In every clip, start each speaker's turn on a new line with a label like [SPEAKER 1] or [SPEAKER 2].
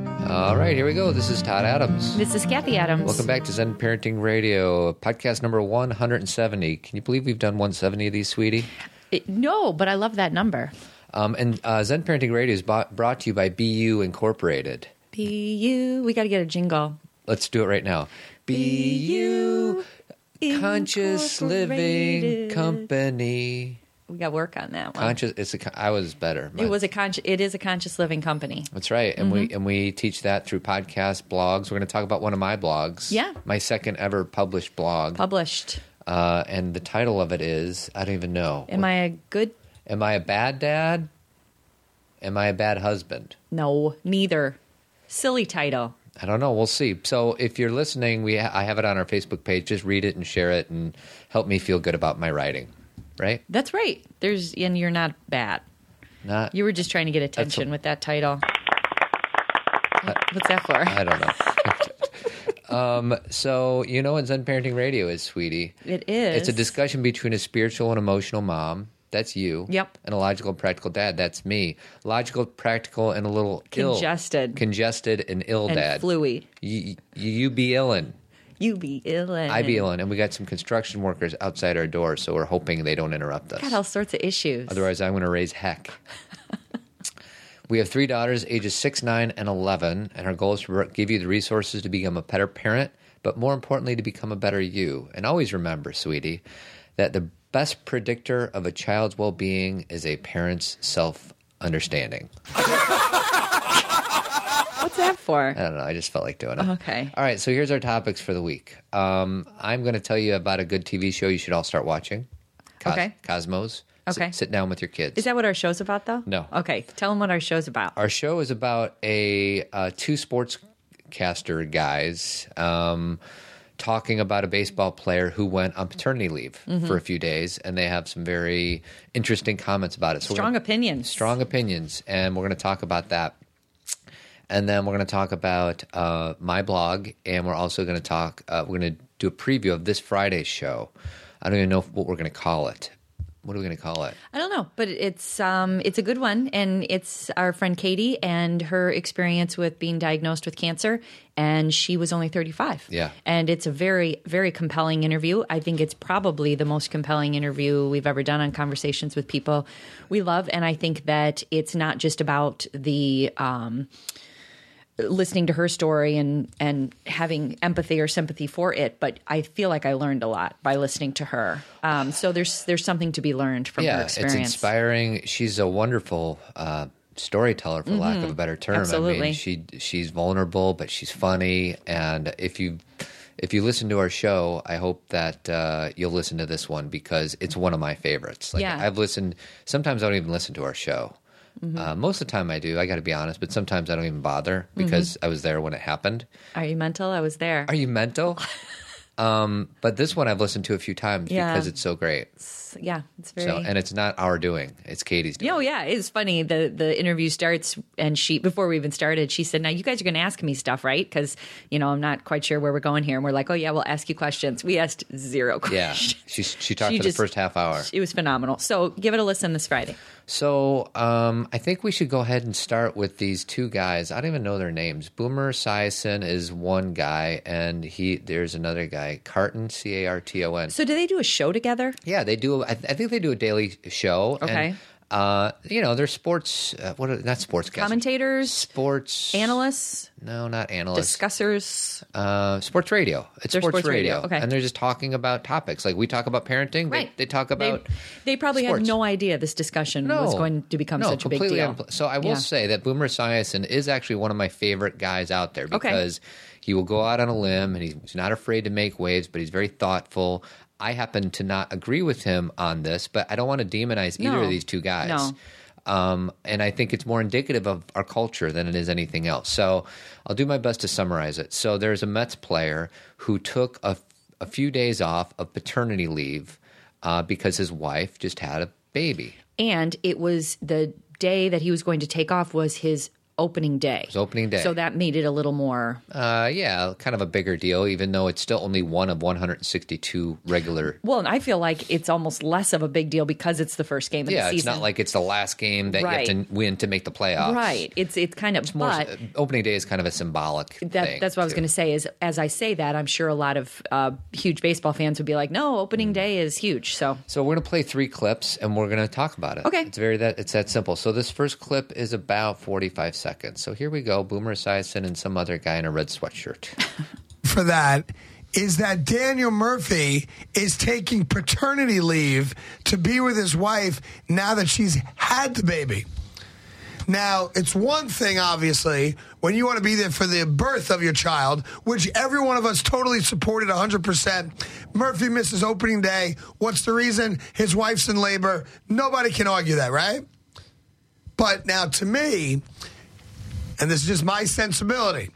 [SPEAKER 1] right, here we go. This is Todd Adams.
[SPEAKER 2] This is Kathy Adams.
[SPEAKER 1] Welcome back to Zen Parenting Radio, podcast number 170. Can you believe we've done 170 of these, sweetie?
[SPEAKER 2] It- no, but I love that number.
[SPEAKER 1] Um, and uh, Zen Parenting Radio is bought, brought to you by BU Incorporated.
[SPEAKER 2] BU. We got to get a jingle.
[SPEAKER 1] Let's do it right now. BU Conscious Living
[SPEAKER 2] Incorporated.
[SPEAKER 1] Company.
[SPEAKER 2] We got work on that one.
[SPEAKER 1] Conscious. It's a. con- I was better.
[SPEAKER 2] it was Mm-hmm. a conscious. It is a conscious living company.
[SPEAKER 1] That's right, and we and we teach that through podcasts, blogs. We're going to talk about one of my blogs.
[SPEAKER 2] Yeah.
[SPEAKER 1] my second ever published blog,
[SPEAKER 2] Published.
[SPEAKER 1] uh, and the title of it is I don't even know.
[SPEAKER 2] Am I a good?
[SPEAKER 1] Am I a bad dad? Am I a bad husband?
[SPEAKER 2] No, neither. Silly title.
[SPEAKER 1] I don't know. We'll see. So if you're listening, we I have it on our Facebook page. Just read it and share it, and help me feel good about my writing. Right?
[SPEAKER 2] That's right. There's and you're not bad.
[SPEAKER 1] Not.
[SPEAKER 2] You were just trying to get attention with that title. What- What's that for?
[SPEAKER 1] I don't know. um, so you know what Zen Parenting Radio is, sweetie.
[SPEAKER 2] It is.
[SPEAKER 1] It's a discussion between a spiritual and emotional mom. That's you.
[SPEAKER 2] Yep.
[SPEAKER 1] And a logical and practical dad. That's me. Logical, practical, and a little ill.
[SPEAKER 2] Congested.
[SPEAKER 1] Congested and ill
[SPEAKER 2] and
[SPEAKER 1] dad.
[SPEAKER 2] fluey.
[SPEAKER 1] You, you, you be illin'.
[SPEAKER 2] You be ill. and-
[SPEAKER 1] I be illin'. And we got some construction workers outside our door, so we're hoping they don't interrupt us.
[SPEAKER 2] Got all sorts of issues.
[SPEAKER 1] Otherwise, I'm going to raise heck. we have three daughters, ages six, nine, and 11, and our goal is to re- give you the resources to become a better parent, but more importantly, to become a better you. And always remember, sweetie, that the best predictor of a child's well being is a parent's self understanding.
[SPEAKER 2] What's that for?
[SPEAKER 1] I don't know. I just felt like doing it.
[SPEAKER 2] Okay.
[SPEAKER 1] All right. So here's our topics for the week. Um, I'm going to tell you about a good TV show you should all start watching. Cos-
[SPEAKER 2] Okay.
[SPEAKER 1] Cosmos. S-
[SPEAKER 2] Okay.
[SPEAKER 1] sit down with your kids.
[SPEAKER 2] Is that what our show's about, though?
[SPEAKER 1] No.
[SPEAKER 2] Okay, tell them what our show's about.
[SPEAKER 1] our show is about a uh, two sportscaster guys um, talking about a baseball player who went on paternity leave
[SPEAKER 2] Mm-hmm.
[SPEAKER 1] for a few days, and they have some very interesting comments about it. So we're
[SPEAKER 2] Strong
[SPEAKER 1] gonna-
[SPEAKER 2] opinions.
[SPEAKER 1] strong opinions, and we're going to talk about that. And then we're going to talk about uh, my blog, and we're also going to talk. Uh, we're going to do a preview of this Friday's show. I don't even know what we're going to call it. What are we going to call it?
[SPEAKER 2] I don't know, but it's um, it's a good one, and it's our friend Katie and her experience with being diagnosed with cancer, and she was only thirty five.
[SPEAKER 1] Yeah.
[SPEAKER 2] and it's a very very compelling interview. I think it's probably the most compelling interview we've ever done on conversations with people we love, and I think that it's not just about the. Um, listening to her story and and having empathy or sympathy for it but i feel like i learned a lot by listening to her um, so there's there's something to be learned from her experience
[SPEAKER 1] It's inspiring. She's a wonderful uh, storyteller, for lack of a better term. I mean,
[SPEAKER 2] Mm-hmm. Absolutely.
[SPEAKER 1] she she's vulnerable, but she's funny. And if you if you listen to our show, I hope that uh, you'll listen to this one because it's one of my favorites. Like
[SPEAKER 2] Yeah. Mm-hmm.
[SPEAKER 1] I've listened. Sometimes I don't even listen to our show. Uh, most of the time I do. I got to be honest, but sometimes I don't even bother
[SPEAKER 2] Mm-hmm.
[SPEAKER 1] because I was there when it happened.
[SPEAKER 2] Are you mental? I was there.
[SPEAKER 1] Are you mental? um, but this one I've listened to a few times
[SPEAKER 2] Yeah.
[SPEAKER 1] because it's so great.
[SPEAKER 2] yeah, it's very.
[SPEAKER 1] So, and it's not our doing; it's Katie's doing.
[SPEAKER 2] no, yeah, it's funny. the The interview starts, and she before we even started, she said, "Now you guys are going to ask me stuff, right? Because you know I'm not quite sure where we're going here." And we're like, "Oh yeah, we'll ask you questions." We asked zero
[SPEAKER 1] Yeah,
[SPEAKER 2] questions.
[SPEAKER 1] she she talked
[SPEAKER 2] She
[SPEAKER 1] for
[SPEAKER 2] just-
[SPEAKER 1] the first half hour.
[SPEAKER 2] It was phenomenal. So give it a listen this Friday.
[SPEAKER 1] So um, I think we should go ahead and start with these two guys. I don't even know their names. Boomer Sison is one guy, and he there's another guy, Carton C A R T O N.
[SPEAKER 2] So do they do a show together?
[SPEAKER 1] Yeah, they do. I, th- I think they do a daily show. and,
[SPEAKER 2] Okay.
[SPEAKER 1] uh, you know, they're sports. Uh, what are not sports guys?
[SPEAKER 2] Commentators,
[SPEAKER 1] Sports
[SPEAKER 2] analysts,
[SPEAKER 1] No, not analysts.
[SPEAKER 2] discussers.
[SPEAKER 1] uh, sports radio. It's
[SPEAKER 2] They're
[SPEAKER 1] sports,
[SPEAKER 2] sports radio, okay.
[SPEAKER 1] and they're just talking about topics like we talk about parenting.
[SPEAKER 2] Right.
[SPEAKER 1] They, they talk about.
[SPEAKER 2] They, they probably
[SPEAKER 1] sports.
[SPEAKER 2] had no idea this discussion was going to become
[SPEAKER 1] no,
[SPEAKER 2] such a big
[SPEAKER 1] completely
[SPEAKER 2] deal.
[SPEAKER 1] unpl- so I will
[SPEAKER 2] Yeah.
[SPEAKER 1] say that Boomer Esiason is actually one of my favorite guys out there because he will go out on a limb and he's not afraid to make waves, but he's very thoughtful. I happen to not agree with him on this, but I don't want to demonize either
[SPEAKER 2] No.
[SPEAKER 1] of these two guys.
[SPEAKER 2] No.
[SPEAKER 1] Um, and I think it's more indicative of our culture than it is anything else. So I'll do my best to summarize it. So there's a Mets player who took a, a few days off of paternity leave uh, because his wife just had a baby.
[SPEAKER 2] and it was the day that he was going to take off was his opening day. It
[SPEAKER 1] was opening day.
[SPEAKER 2] So that made it a little more.
[SPEAKER 1] Uh, yeah, kind of a bigger deal, even though it's still only one of 162 regular.
[SPEAKER 2] Well, and I feel like it's almost less of a big deal because it's the first game of
[SPEAKER 1] Yeah,
[SPEAKER 2] the
[SPEAKER 1] it's
[SPEAKER 2] season.
[SPEAKER 1] not like it's the last game that you have
[SPEAKER 2] Right.
[SPEAKER 1] to win to make the playoffs.
[SPEAKER 2] right. It's it's kind of
[SPEAKER 1] More, uh,
[SPEAKER 2] but
[SPEAKER 1] opening day is kind of a symbolic
[SPEAKER 2] that,
[SPEAKER 1] thing.
[SPEAKER 2] that's what I was going to say. Is as I say that, I'm sure a lot of uh, huge baseball fans would be like, "No,
[SPEAKER 1] Mm.
[SPEAKER 2] opening day is huge." So
[SPEAKER 1] So we're gonna play three clips and we're gonna talk about it.
[SPEAKER 2] Okay.
[SPEAKER 1] It's very that it's that simple. So this first clip is about forty five seconds. So here we go. Boomer Esiason and some other guy in a red sweatshirt.
[SPEAKER 3] for that is that Daniel Murphy is taking paternity leave to be with his wife now that she's had the baby. Now, it's one thing, obviously, when you want to be there for the birth of your child, which every one of us totally supported 100%. Murphy misses opening day. What's the reason? His wife's in labor. Nobody can argue that, right? But now, to me, and this is just my sensibility.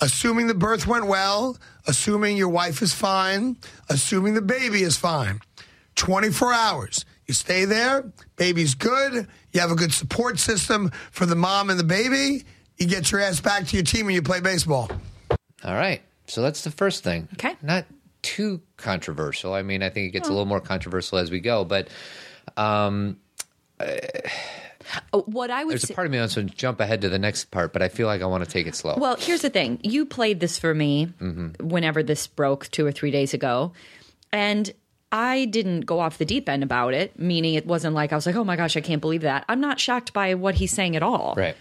[SPEAKER 3] Assuming the birth went well, assuming your wife is fine, assuming the baby is fine. 24 hours. You stay there, baby's good, you have a good support system for the mom and the baby, you get your ass back to your team and you play baseball.
[SPEAKER 1] All right. So that's the first thing.
[SPEAKER 2] Okay.
[SPEAKER 1] Not too controversial. I mean, I think it gets a little more controversial as we go, but
[SPEAKER 2] uh, what I would
[SPEAKER 1] there's a
[SPEAKER 2] say,
[SPEAKER 1] part of me wants to jump ahead to the next part, but I feel like I want to take it slow.
[SPEAKER 2] well, here's the thing: you played this for me whenever this broke two or three days ago, and. I didn't go off the deep end about it, meaning it wasn't like I was like, oh my gosh, I can't believe that. I'm not shocked by what he's saying at all.
[SPEAKER 1] right.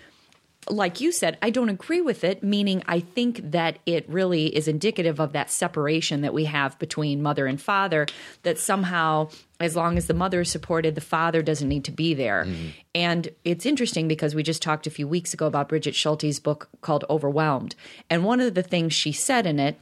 [SPEAKER 2] like you said, I don't agree with it, meaning I think that it really is indicative of that separation that we have between mother and father, that somehow, as long as the mother is supported, the father doesn't need to be there. And it's interesting because we just talked a few weeks ago about Bridget Schulte's book called Overwhelmed. And one of the things she said in it,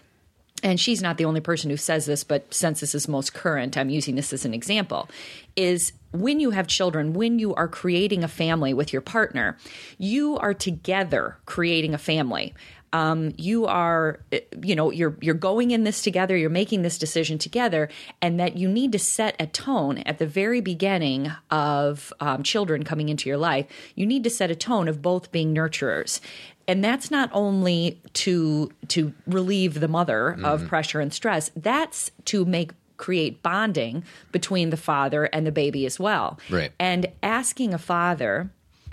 [SPEAKER 2] and she's not the only person who says this, but since this is most current, I'm using this as an example, is when you have children, when you are creating a family with your partner, you are together creating a family. Um, you are, eh, you know, you're you're going in this together. You're making this decision together, and that you need to set a tone at the very beginning of um, children coming into your life. You need to set a tone of both being nurturers, and that's not only to to relieve the mother of
[SPEAKER 1] Mm-hmm.
[SPEAKER 2] pressure and stress that's to make create bonding between the father and the baby as well
[SPEAKER 1] Right.
[SPEAKER 2] and asking a father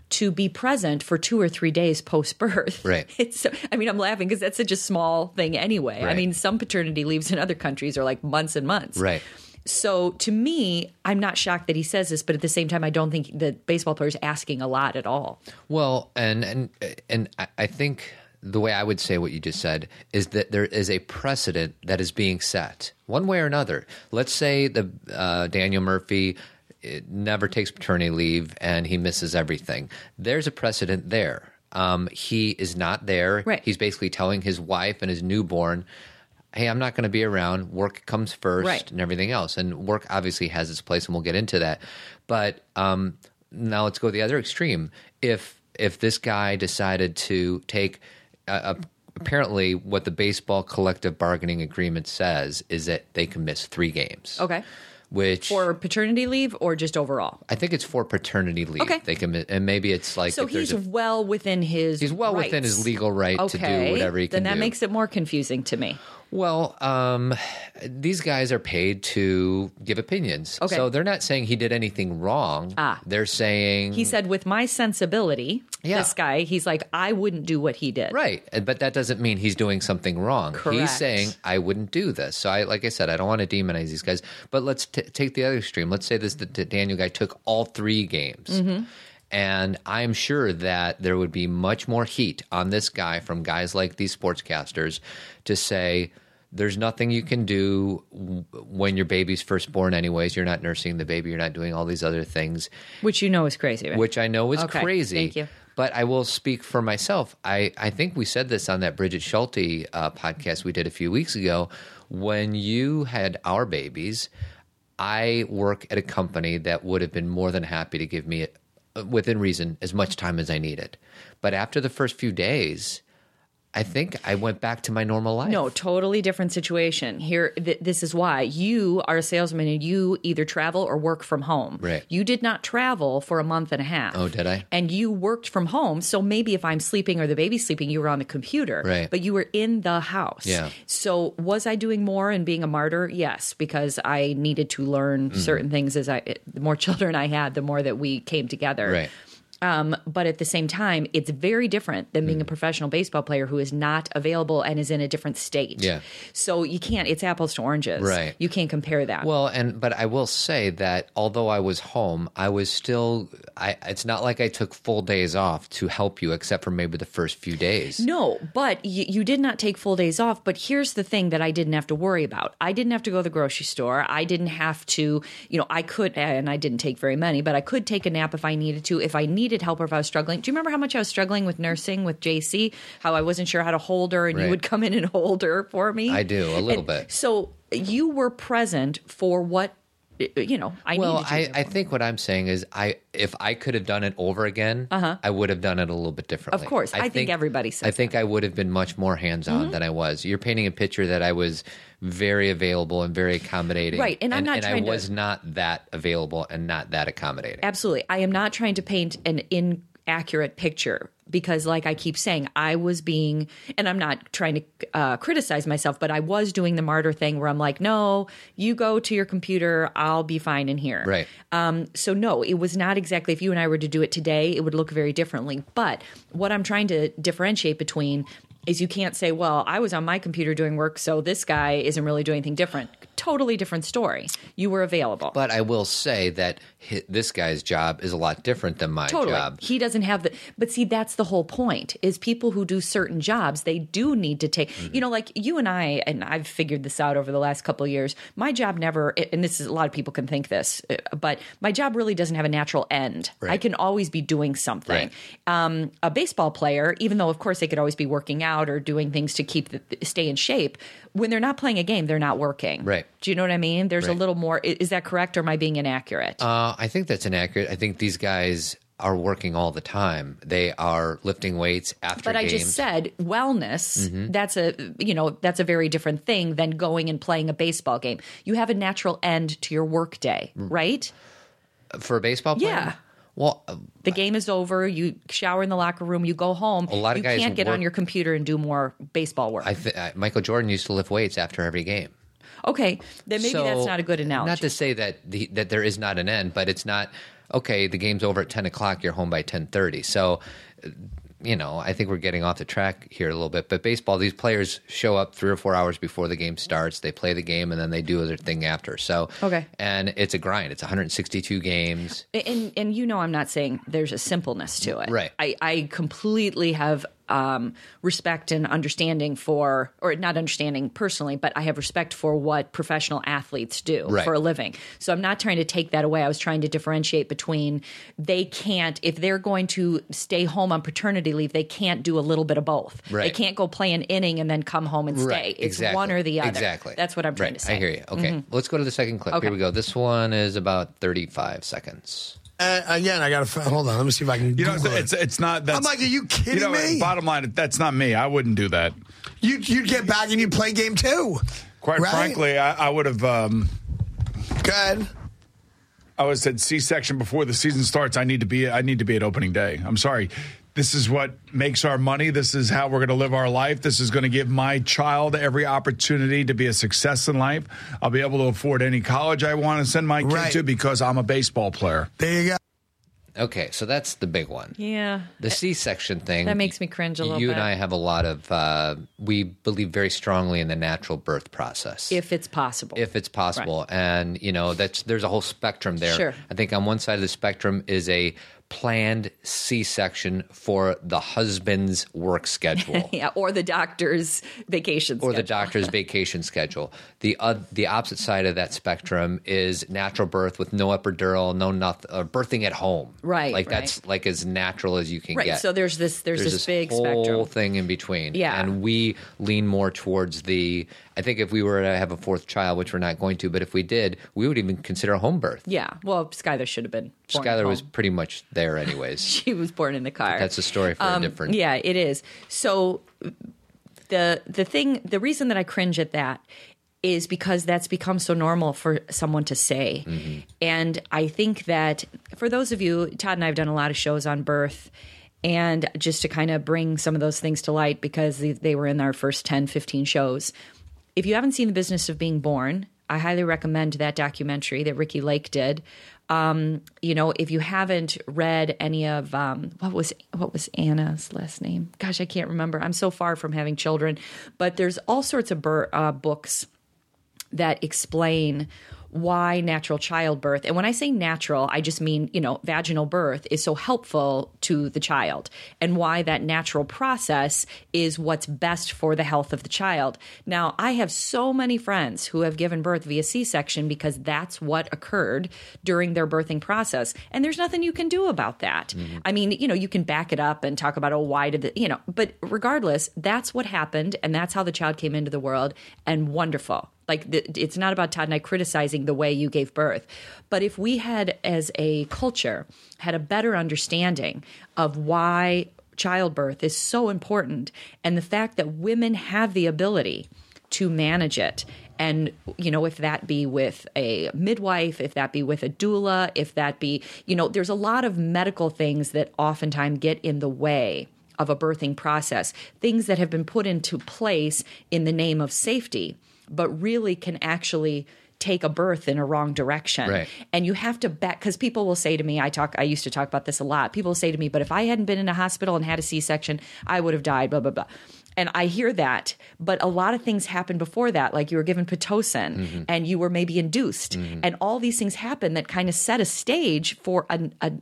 [SPEAKER 2] to be present for two or three days post birth.
[SPEAKER 1] Right.
[SPEAKER 2] It's. so- I mean, I'm laughing because that's such a small thing anyway. I
[SPEAKER 1] Right.
[SPEAKER 2] mean, some paternity leaves in other countries are like months and months.
[SPEAKER 1] Right.
[SPEAKER 2] So to me, I'm not shocked that he says this, but at the same time, I don't think the baseball player's asking a lot at all.
[SPEAKER 1] Well, and and and I- I think the way I would say what you just said is that there is a precedent that is being set one way or another. Let's say the uh, Daniel Murphy it never takes paternity leave and he misses everything. There's a precedent there. Um, he is not there.
[SPEAKER 2] Right.
[SPEAKER 1] He's basically telling his wife and his newborn. Hey, I'm not going to be around. Work comes first
[SPEAKER 2] Right.
[SPEAKER 1] and everything else. And work obviously has its place, and we'll get into that. But um, now let's go to the other extreme. If if this guy decided to take uh, uh, apparently what the baseball collective bargaining agreement says is that they can miss three games.
[SPEAKER 2] Okay.
[SPEAKER 1] Which
[SPEAKER 2] For paternity leave or just overall?
[SPEAKER 1] I think it's for paternity leave.
[SPEAKER 2] Okay.
[SPEAKER 1] They can, mi- and maybe it's like
[SPEAKER 2] So
[SPEAKER 1] if there's
[SPEAKER 2] he's
[SPEAKER 1] a
[SPEAKER 2] well within his
[SPEAKER 1] He's well within
[SPEAKER 2] rights.
[SPEAKER 1] his legal right to do whatever he can
[SPEAKER 2] then that
[SPEAKER 1] do.
[SPEAKER 2] makes it more confusing to me.
[SPEAKER 1] Well, um, these guys are paid to give opinions.
[SPEAKER 2] Okay.
[SPEAKER 1] So they're not saying he did anything wrong. Ah. They're saying
[SPEAKER 2] He said, with my sensibility,
[SPEAKER 1] Mm. Yeah.
[SPEAKER 2] this guy, he's like, I wouldn't do what he did.
[SPEAKER 1] Right. And- But that doesn't mean he's doing something wrong.
[SPEAKER 2] Correct.
[SPEAKER 1] He's saying, I wouldn't do this. So, I, like I said, I don't want to demonize these guys. But let's t- take the other extreme. Let's say this the, the Daniel guy took all three games.
[SPEAKER 2] Mm-hmm.
[SPEAKER 1] And I'm sure that there would be much more heat on this guy from guys like these sportscasters to say, there's nothing you can do w- when your baby's first born, anyways. You're not nursing the baby. You're not doing all these other things
[SPEAKER 2] Which you know is crazy, right?
[SPEAKER 1] which I know is
[SPEAKER 2] Okay,
[SPEAKER 1] crazy.
[SPEAKER 2] thank you.
[SPEAKER 1] But I will speak for myself. I, I think we said this on that Bridget Schulte uh, podcast we did a few weeks ago. When you had our babies, I work at a company that would have been more than happy to give me, uh, within reason, as much time as I needed. But after the first few days, I think I went back to my normal life.
[SPEAKER 2] No, totally different situation. Here, th- this is why you are a salesman and you either travel or work from home.
[SPEAKER 1] Right.
[SPEAKER 2] You did not travel for a month and a half.
[SPEAKER 1] Oh, did I?
[SPEAKER 2] And you worked from home. So maybe if I'm sleeping or the baby's sleeping, you were on the computer.
[SPEAKER 1] Right.
[SPEAKER 2] But you were in the house.
[SPEAKER 1] Yeah.
[SPEAKER 2] So was I doing more and being a martyr? Yes, because I needed to learn
[SPEAKER 1] Mm-hmm.
[SPEAKER 2] certain things as I, it- the more children I had, the more that we came together.
[SPEAKER 1] Right.
[SPEAKER 2] Um, but at the same time, it's very different than
[SPEAKER 1] Mm.
[SPEAKER 2] being a professional baseball player who is not available and is in a different state.
[SPEAKER 1] Yeah.
[SPEAKER 2] So you can't. It's apples to oranges.
[SPEAKER 1] Right.
[SPEAKER 2] You can't compare that.
[SPEAKER 1] Well, and but I will say that although I was home, I was still. I it's not like I took full days off to help you, except for maybe the first few days.
[SPEAKER 2] no, but you, you did not take full days off. But here's the thing that I didn't have to worry about. I didn't have to go to the grocery store. I didn't have to, you know, I could, and I didn't take very many, but I could take a nap if I needed to, if I needed help or if I was struggling. Do you remember how much I was struggling with nursing with JC? How I wasn't sure how to hold her, and
[SPEAKER 1] Right.
[SPEAKER 2] you would come in and hold her for me.
[SPEAKER 1] I do a little
[SPEAKER 2] And
[SPEAKER 1] bit.
[SPEAKER 2] So you were present for what you know. I
[SPEAKER 1] Well,
[SPEAKER 2] needed you
[SPEAKER 1] I,
[SPEAKER 2] there
[SPEAKER 1] I
[SPEAKER 2] for.
[SPEAKER 1] think what I'm saying is, I if I could have done it over again, I would have done it a little bit differently.
[SPEAKER 2] Uh-huh. Of course. I think everybody says Mm-hmm.
[SPEAKER 1] I think I would have been much more hands on than I was. You're painting a picture that I was very available and very accommodating,
[SPEAKER 2] Right, and I'm not
[SPEAKER 1] and I
[SPEAKER 2] trying to-
[SPEAKER 1] was not that available and not that accommodating.
[SPEAKER 2] absolutely. I am not trying to paint an inaccurate picture because, like I keep saying, I was being, and I'm not trying to uh, criticize myself, but I was doing the martyr thing where I'm like, no, you go to your computer, I'll be fine in here.
[SPEAKER 1] Right.
[SPEAKER 2] Um, so no, it was not exactly. If you and I were to do it today, it would look very differently. But what I'm trying to differentiate between is you can't say, well, I was on my computer doing work, so this guy isn't really doing anything different. Totally different story. You were available.
[SPEAKER 1] But I will say that hi this guy's job is a lot different than my
[SPEAKER 2] totally.
[SPEAKER 1] job.
[SPEAKER 2] He doesn't have the. But see, that's the whole point. Is people who do certain jobs, they do need to take. You know, like you and I, and I've figured this out over the last couple of years. My job never, and this is a lot of people can think this, uh, but my job really doesn't have a natural end. I can always be doing something. Um, a baseball player, even though of course they could always be working out or doing things to keep the, stay in shape, when they're not playing a game, they're not working.
[SPEAKER 1] Right.
[SPEAKER 2] Do you know what I mean? There's
[SPEAKER 1] Right.
[SPEAKER 2] a little more. i- Is that correct, or am I being inaccurate?
[SPEAKER 1] Uh, I think that's inaccurate. I think these guys are working all the time. They are lifting weights after
[SPEAKER 2] But I
[SPEAKER 1] games. Mm-hmm.
[SPEAKER 2] just said wellness. That's a you know that's a very different thing than going and playing a baseball game. You have a natural end to your workday,
[SPEAKER 1] Mm.
[SPEAKER 2] right?
[SPEAKER 1] for a baseball player.
[SPEAKER 2] Yeah.
[SPEAKER 1] Well, uh,
[SPEAKER 2] The game is over. You shower in the locker room. You go home.
[SPEAKER 1] A lot of
[SPEAKER 2] you
[SPEAKER 1] guys
[SPEAKER 2] can't get
[SPEAKER 1] work-
[SPEAKER 2] on your computer and do more baseball work.
[SPEAKER 1] I th- uh, Michael Jordan used to lift weights after every game.
[SPEAKER 2] okay, then maybe
[SPEAKER 1] So,
[SPEAKER 2] that's not a good analogy.
[SPEAKER 1] Not to say that the, that there is not an end, but it's not okay. The game's over at ten o'clock. You're home by ten thirty. So, uh, you know, I think we're getting off the track here a little bit. But baseball, these players show up three or four hours before the game starts. They play the game and then they do their thing after. So,
[SPEAKER 2] Okay.
[SPEAKER 1] and it's a grind. It's 162 games.
[SPEAKER 2] and and you know I'm not saying there's a simpleness to it.
[SPEAKER 1] Right.
[SPEAKER 2] I, I completely have um, respect and understanding for, or not understanding personally, but I have respect for what professional athletes do
[SPEAKER 1] Right.
[SPEAKER 2] for a living. So I'm not trying to take that away. I was trying to differentiate between they can't if they're going to stay home on paternity leave, they can't do a little bit of both. They
[SPEAKER 1] Right.
[SPEAKER 2] can't go play an inning and then come home and stay. It's
[SPEAKER 1] exactly.
[SPEAKER 2] one or the other.
[SPEAKER 1] Exactly.
[SPEAKER 2] That's what I'm trying
[SPEAKER 1] Right.
[SPEAKER 2] to say. Mm-hmm.
[SPEAKER 1] I hear you. Okay. Let's go to the second clip.
[SPEAKER 2] Okay.
[SPEAKER 1] Here we go. This one is about 35 seconds.
[SPEAKER 3] Uh, again, I got to hold on. Let me see if I can.
[SPEAKER 4] You know, it's,
[SPEAKER 3] Google it.
[SPEAKER 4] it's, it's not. That's,
[SPEAKER 3] I'm like, are you kidding
[SPEAKER 4] know,
[SPEAKER 3] me?
[SPEAKER 4] Bottom line, that's not me. I wouldn't do that.
[SPEAKER 3] you, you'd get back and you'd play game two.
[SPEAKER 4] Quite
[SPEAKER 3] right?
[SPEAKER 4] frankly, I, I would have. Um,
[SPEAKER 3] Good.
[SPEAKER 4] I would have said C-section before the season starts. I need to be. I need to be at opening day. I'm sorry. This is what makes our money. This is how we're going to live our life. This is going to give my child every opportunity to be a success in life. I'll be able to afford any college I want to send my kid
[SPEAKER 3] Right.
[SPEAKER 4] to because I'm a baseball player.
[SPEAKER 3] There you go.
[SPEAKER 1] Okay. So that's the big one.
[SPEAKER 2] Yeah.
[SPEAKER 1] The C section thing.
[SPEAKER 2] That makes me cringe a little
[SPEAKER 1] You
[SPEAKER 2] bit.
[SPEAKER 1] and I have a lot of, uh, we believe very strongly in the natural birth process.
[SPEAKER 2] If it's possible.
[SPEAKER 1] if it's possible. And you know, that's there's a whole spectrum there.
[SPEAKER 2] Sure.
[SPEAKER 1] I think on one side of the spectrum is a planned C-section for the husband's work schedule.
[SPEAKER 2] Yeah, or the doctor's vacation.
[SPEAKER 1] or the doctor's vacation schedule. The uh, the opposite side of that spectrum is natural birth with no epidural, no nothing, uh, birthing at home.
[SPEAKER 2] Right,
[SPEAKER 1] like that's like as natural as you can
[SPEAKER 2] right.
[SPEAKER 1] get.
[SPEAKER 2] So there's this there's,
[SPEAKER 1] There's
[SPEAKER 2] this, big
[SPEAKER 1] whole
[SPEAKER 2] spectrum.
[SPEAKER 1] thing in between.
[SPEAKER 2] Yeah.
[SPEAKER 1] and we lean more towards the. I think if we were to have a fourth child, which we're not going to, but if we did, we would even consider home birth.
[SPEAKER 2] Yeah. Well, Skylar should have been. Born at
[SPEAKER 1] Skylar was
[SPEAKER 2] home.
[SPEAKER 1] pretty much there anyways.
[SPEAKER 2] She was born in the car.
[SPEAKER 1] that's a story for a different.
[SPEAKER 2] Yeah, it is. So the the thing the reason that I cringe at that is because that's become so normal for someone to say. And I think that for those of you, Todd and I have done a lot of shows on birth and just to kind of bring some of those things to light because they, they were in our first 10, 15 shows. If you haven't seen The Business of Being Born, I highly recommend that documentary that Ricky Lake did. Um, you know, if you haven't read any of um, what was what was Anna's last name? Gosh, I can't remember. I'm so far from having children, but there's all sorts of bur- uh, books that explain why natural childbirth and when i say natural i just mean you know vaginal birth is so helpful to the child and why that natural process is what's best for the health of the child now i have so many friends who have given birth via c-section because that's what occurred during their birthing process and there's nothing you can do about that i mean you know you can back it up and talk about oh why did the you know but regardless that's what happened and that's how the child came into the world and wonderful like the, it's not about Todd and I criticizing the way you gave birth, but if we had, as a culture, had a better understanding of why childbirth is so important and the fact that women have the ability to manage it and you know if that be with a midwife if that be with a doula if that be you know there's a lot of medical things that oftentimes get in the way of a birthing process things that have been put into place in the name of safety but really can actually take a birth in a wrong direction
[SPEAKER 1] Right.
[SPEAKER 2] and you have to back because people will say to me i talk i used to talk about this a lot people will say to me but if i hadn't been in a hospital and had a c-section i would have died blah blah blah and i hear that but a lot of things happened before that like you were given pitocin and you were maybe induced and all these things happened that kind of set a stage for an, a,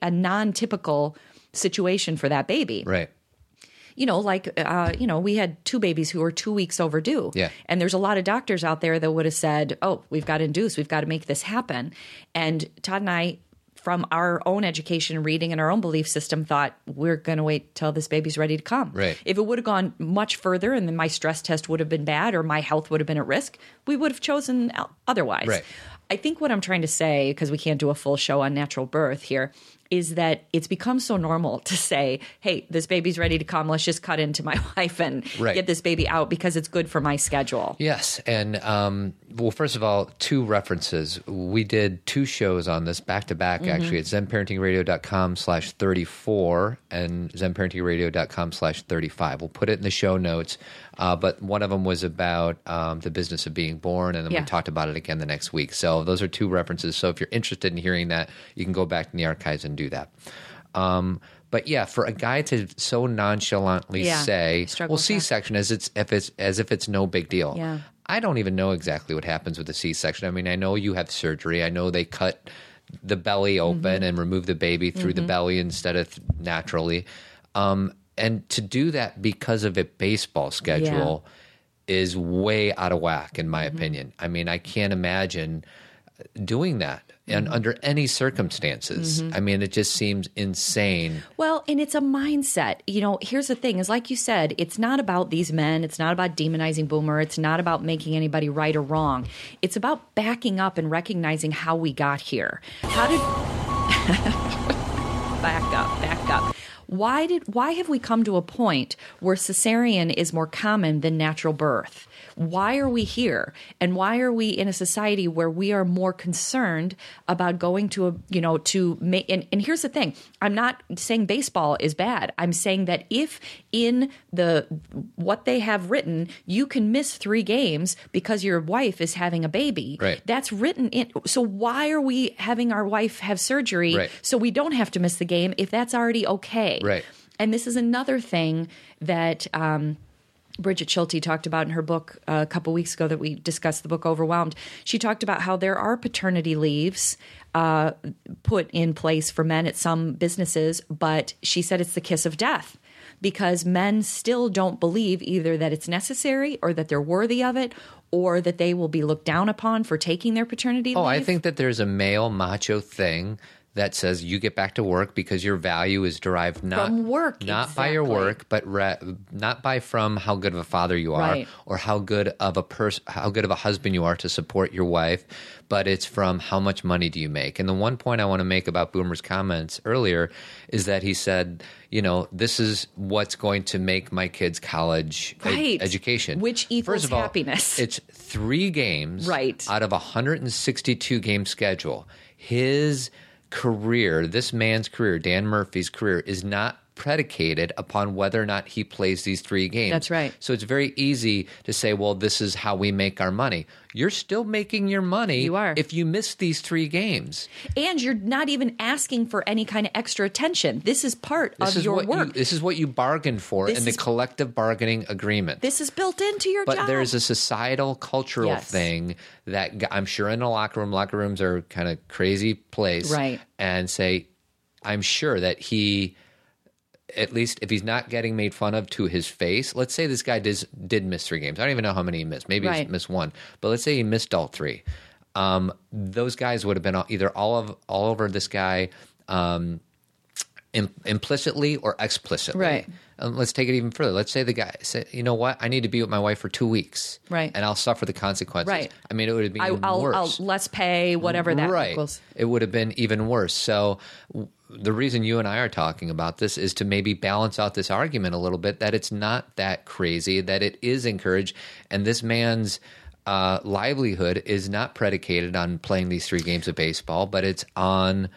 [SPEAKER 2] a non-typical situation for that baby
[SPEAKER 1] Right.
[SPEAKER 2] you know, like, uh, you know, we had two babies who were two weeks overdue.
[SPEAKER 1] Yeah.
[SPEAKER 2] And there's a lot of doctors out there that would have said, oh, we've got to induce, we've got to make this happen. And Todd and I, from our own education, reading, and our own belief system, thought we're going to wait till this baby's ready to come.
[SPEAKER 1] Right.
[SPEAKER 2] If it would have gone much further and then my stress test would have been bad or my health would have been at risk, we would have chosen el- otherwise.
[SPEAKER 1] Right.
[SPEAKER 2] I think what I'm trying to say, because we can't do a full show on natural birth here, is that it's become so normal to say, hey, this baby's ready to come. Let's just cut into my wife and
[SPEAKER 1] Right.
[SPEAKER 2] get this baby out because it's good for my schedule.
[SPEAKER 1] Yes, and um, well, first of all, two references. We did two shows on this back to
[SPEAKER 2] Mm-hmm.
[SPEAKER 1] back. Actually, at zenparentingradio.com slash thirty four and zenparentingradio.com slash thirty five. We'll put it in the show notes. Uh, but one of them was about um, the business of being born, and then
[SPEAKER 2] Yeah.
[SPEAKER 1] we talked about it again the next week. So those are two references. So if you're interested in hearing that, you can go back to the archives and do that. Um, but yeah, for a guy to so nonchalantly
[SPEAKER 2] Yeah.
[SPEAKER 1] say,
[SPEAKER 2] Struggle
[SPEAKER 1] "Well,
[SPEAKER 2] with that.
[SPEAKER 1] C-section as it's if it's as if it's no big deal."
[SPEAKER 2] Yeah.
[SPEAKER 1] I don't even know exactly what happens with a C-section. I mean, I know you have surgery. I know they cut the belly open and remove the baby through the belly instead of th- naturally. Um, and to do that because of a baseball schedule is way out of whack, in my opinion. I mean, I can't imagine doing that and under any circumstances. I mean, it just seems insane.
[SPEAKER 2] Well, and it's a mindset. You know, here's the thing is like you said, it's not about these men, it's not about demonizing boomer, it's not about making anybody right or wrong. It's about backing up and recognizing how we got here. How did back up, back up. Why did why have we come to a point where cesarean is more common than natural birth? Why are we here? And why are we in a society where we are more concerned about going to a you know to make and, and here's the thing. I'm not saying baseball is bad. I'm saying that if in the what they have written, you can miss three games because your wife is having a baby.
[SPEAKER 1] Right.
[SPEAKER 2] That's written in so why are we having our wife have surgery
[SPEAKER 1] Right.
[SPEAKER 2] so we don't have to miss the game if that's already okay.
[SPEAKER 1] Right.
[SPEAKER 2] And this is another thing that um, Bridget Schulte talked about in her book uh, a couple weeks ago that we discussed the book Overwhelmed. She talked about how there are paternity leaves uh, put in place for men at some businesses, but she said it's the kiss of death because men still don't believe either that it's necessary or that they're worthy of it or that they will be looked down upon for taking their paternity leave.
[SPEAKER 1] Oh, I think that there's a male macho thing that says you get back to work because your value is derived not
[SPEAKER 2] From work,
[SPEAKER 1] not by your
[SPEAKER 2] exactly.
[SPEAKER 1] work, but re- not by from how good of a father you are
[SPEAKER 2] Right.
[SPEAKER 1] or how good of a person, how good of a husband you are to support your wife, but it's from how much money do you make. And the one point I want to make about Boomer's comments earlier is that he said, you know, this is what's going to make my kids' college ed-
[SPEAKER 2] Right.
[SPEAKER 1] education,
[SPEAKER 2] Which equals
[SPEAKER 1] First of all,
[SPEAKER 2] happiness.
[SPEAKER 1] It's three games,
[SPEAKER 2] Right.
[SPEAKER 1] out of a 162 game schedule. His career, this man's career, Dan Murphy's career, is not predicated upon whether or not he plays these three games.
[SPEAKER 2] That's right.
[SPEAKER 1] So it's very easy to say, well, this is how we make our money. You're still making your money
[SPEAKER 2] You are.
[SPEAKER 1] if you miss these three games.
[SPEAKER 2] and you're not even asking for any kind of extra attention. This is part
[SPEAKER 1] This
[SPEAKER 2] of
[SPEAKER 1] is
[SPEAKER 2] your
[SPEAKER 1] what
[SPEAKER 2] work.
[SPEAKER 1] You, this is what you bargained for
[SPEAKER 2] This
[SPEAKER 1] in the
[SPEAKER 2] is-
[SPEAKER 1] collective bargaining agreement.
[SPEAKER 2] this is built into your
[SPEAKER 1] but
[SPEAKER 2] job.
[SPEAKER 1] there's a societal cultural
[SPEAKER 2] Yes.
[SPEAKER 1] thing that g- I'm sure in a locker room, locker rooms are kind of crazy place,
[SPEAKER 2] Right.
[SPEAKER 1] And say, I'm sure that he, at least if he's not getting made fun of to his face, let's say this guy did did miss three games. I don't even know how many he missed. Maybe he
[SPEAKER 2] Right.
[SPEAKER 1] missed one, but let's say he missed all three. Um, those guys would have been all- either all of all over this guy. Um, Im- implicitly or explicitly.
[SPEAKER 2] Right.
[SPEAKER 1] Um, let's take it even further. Let's say the guy said, "You know what? I need to be with my wife for two weeks,
[SPEAKER 2] Right.
[SPEAKER 1] And I'll suffer the consequences."
[SPEAKER 2] Right.
[SPEAKER 1] I mean, it would have been
[SPEAKER 2] I,
[SPEAKER 1] even
[SPEAKER 2] I'll, I'll
[SPEAKER 1] worse.
[SPEAKER 2] less pay whatever that
[SPEAKER 1] right.
[SPEAKER 2] equals.
[SPEAKER 1] It would have been even worse. So. W- the reason you and I are talking about this is to maybe balance out this argument a little bit that it's not that crazy, that it is encouraged, and this man's uh, livelihood is not predicated on playing these three games of baseball, but it's on uh,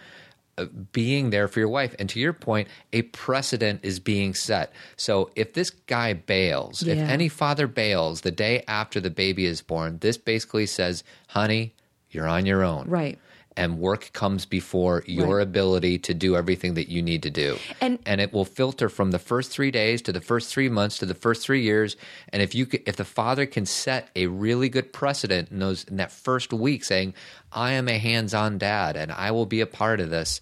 [SPEAKER 1] being there for your wife. And to your point, a precedent is being set. So if this guy bails, if
[SPEAKER 2] Yeah.
[SPEAKER 1] any father bails the day after the baby is born, this basically says, honey, you're on your own.
[SPEAKER 2] Right.
[SPEAKER 1] And work comes before your
[SPEAKER 2] Right.
[SPEAKER 1] ability to do everything that you need to do.
[SPEAKER 2] And-
[SPEAKER 1] it will filter from the first three days to the first three months to the first three years. And if you c- if the father can set a really good precedent in those in that first week, saying, "I am a hands-on dad, and I will be a part of this,"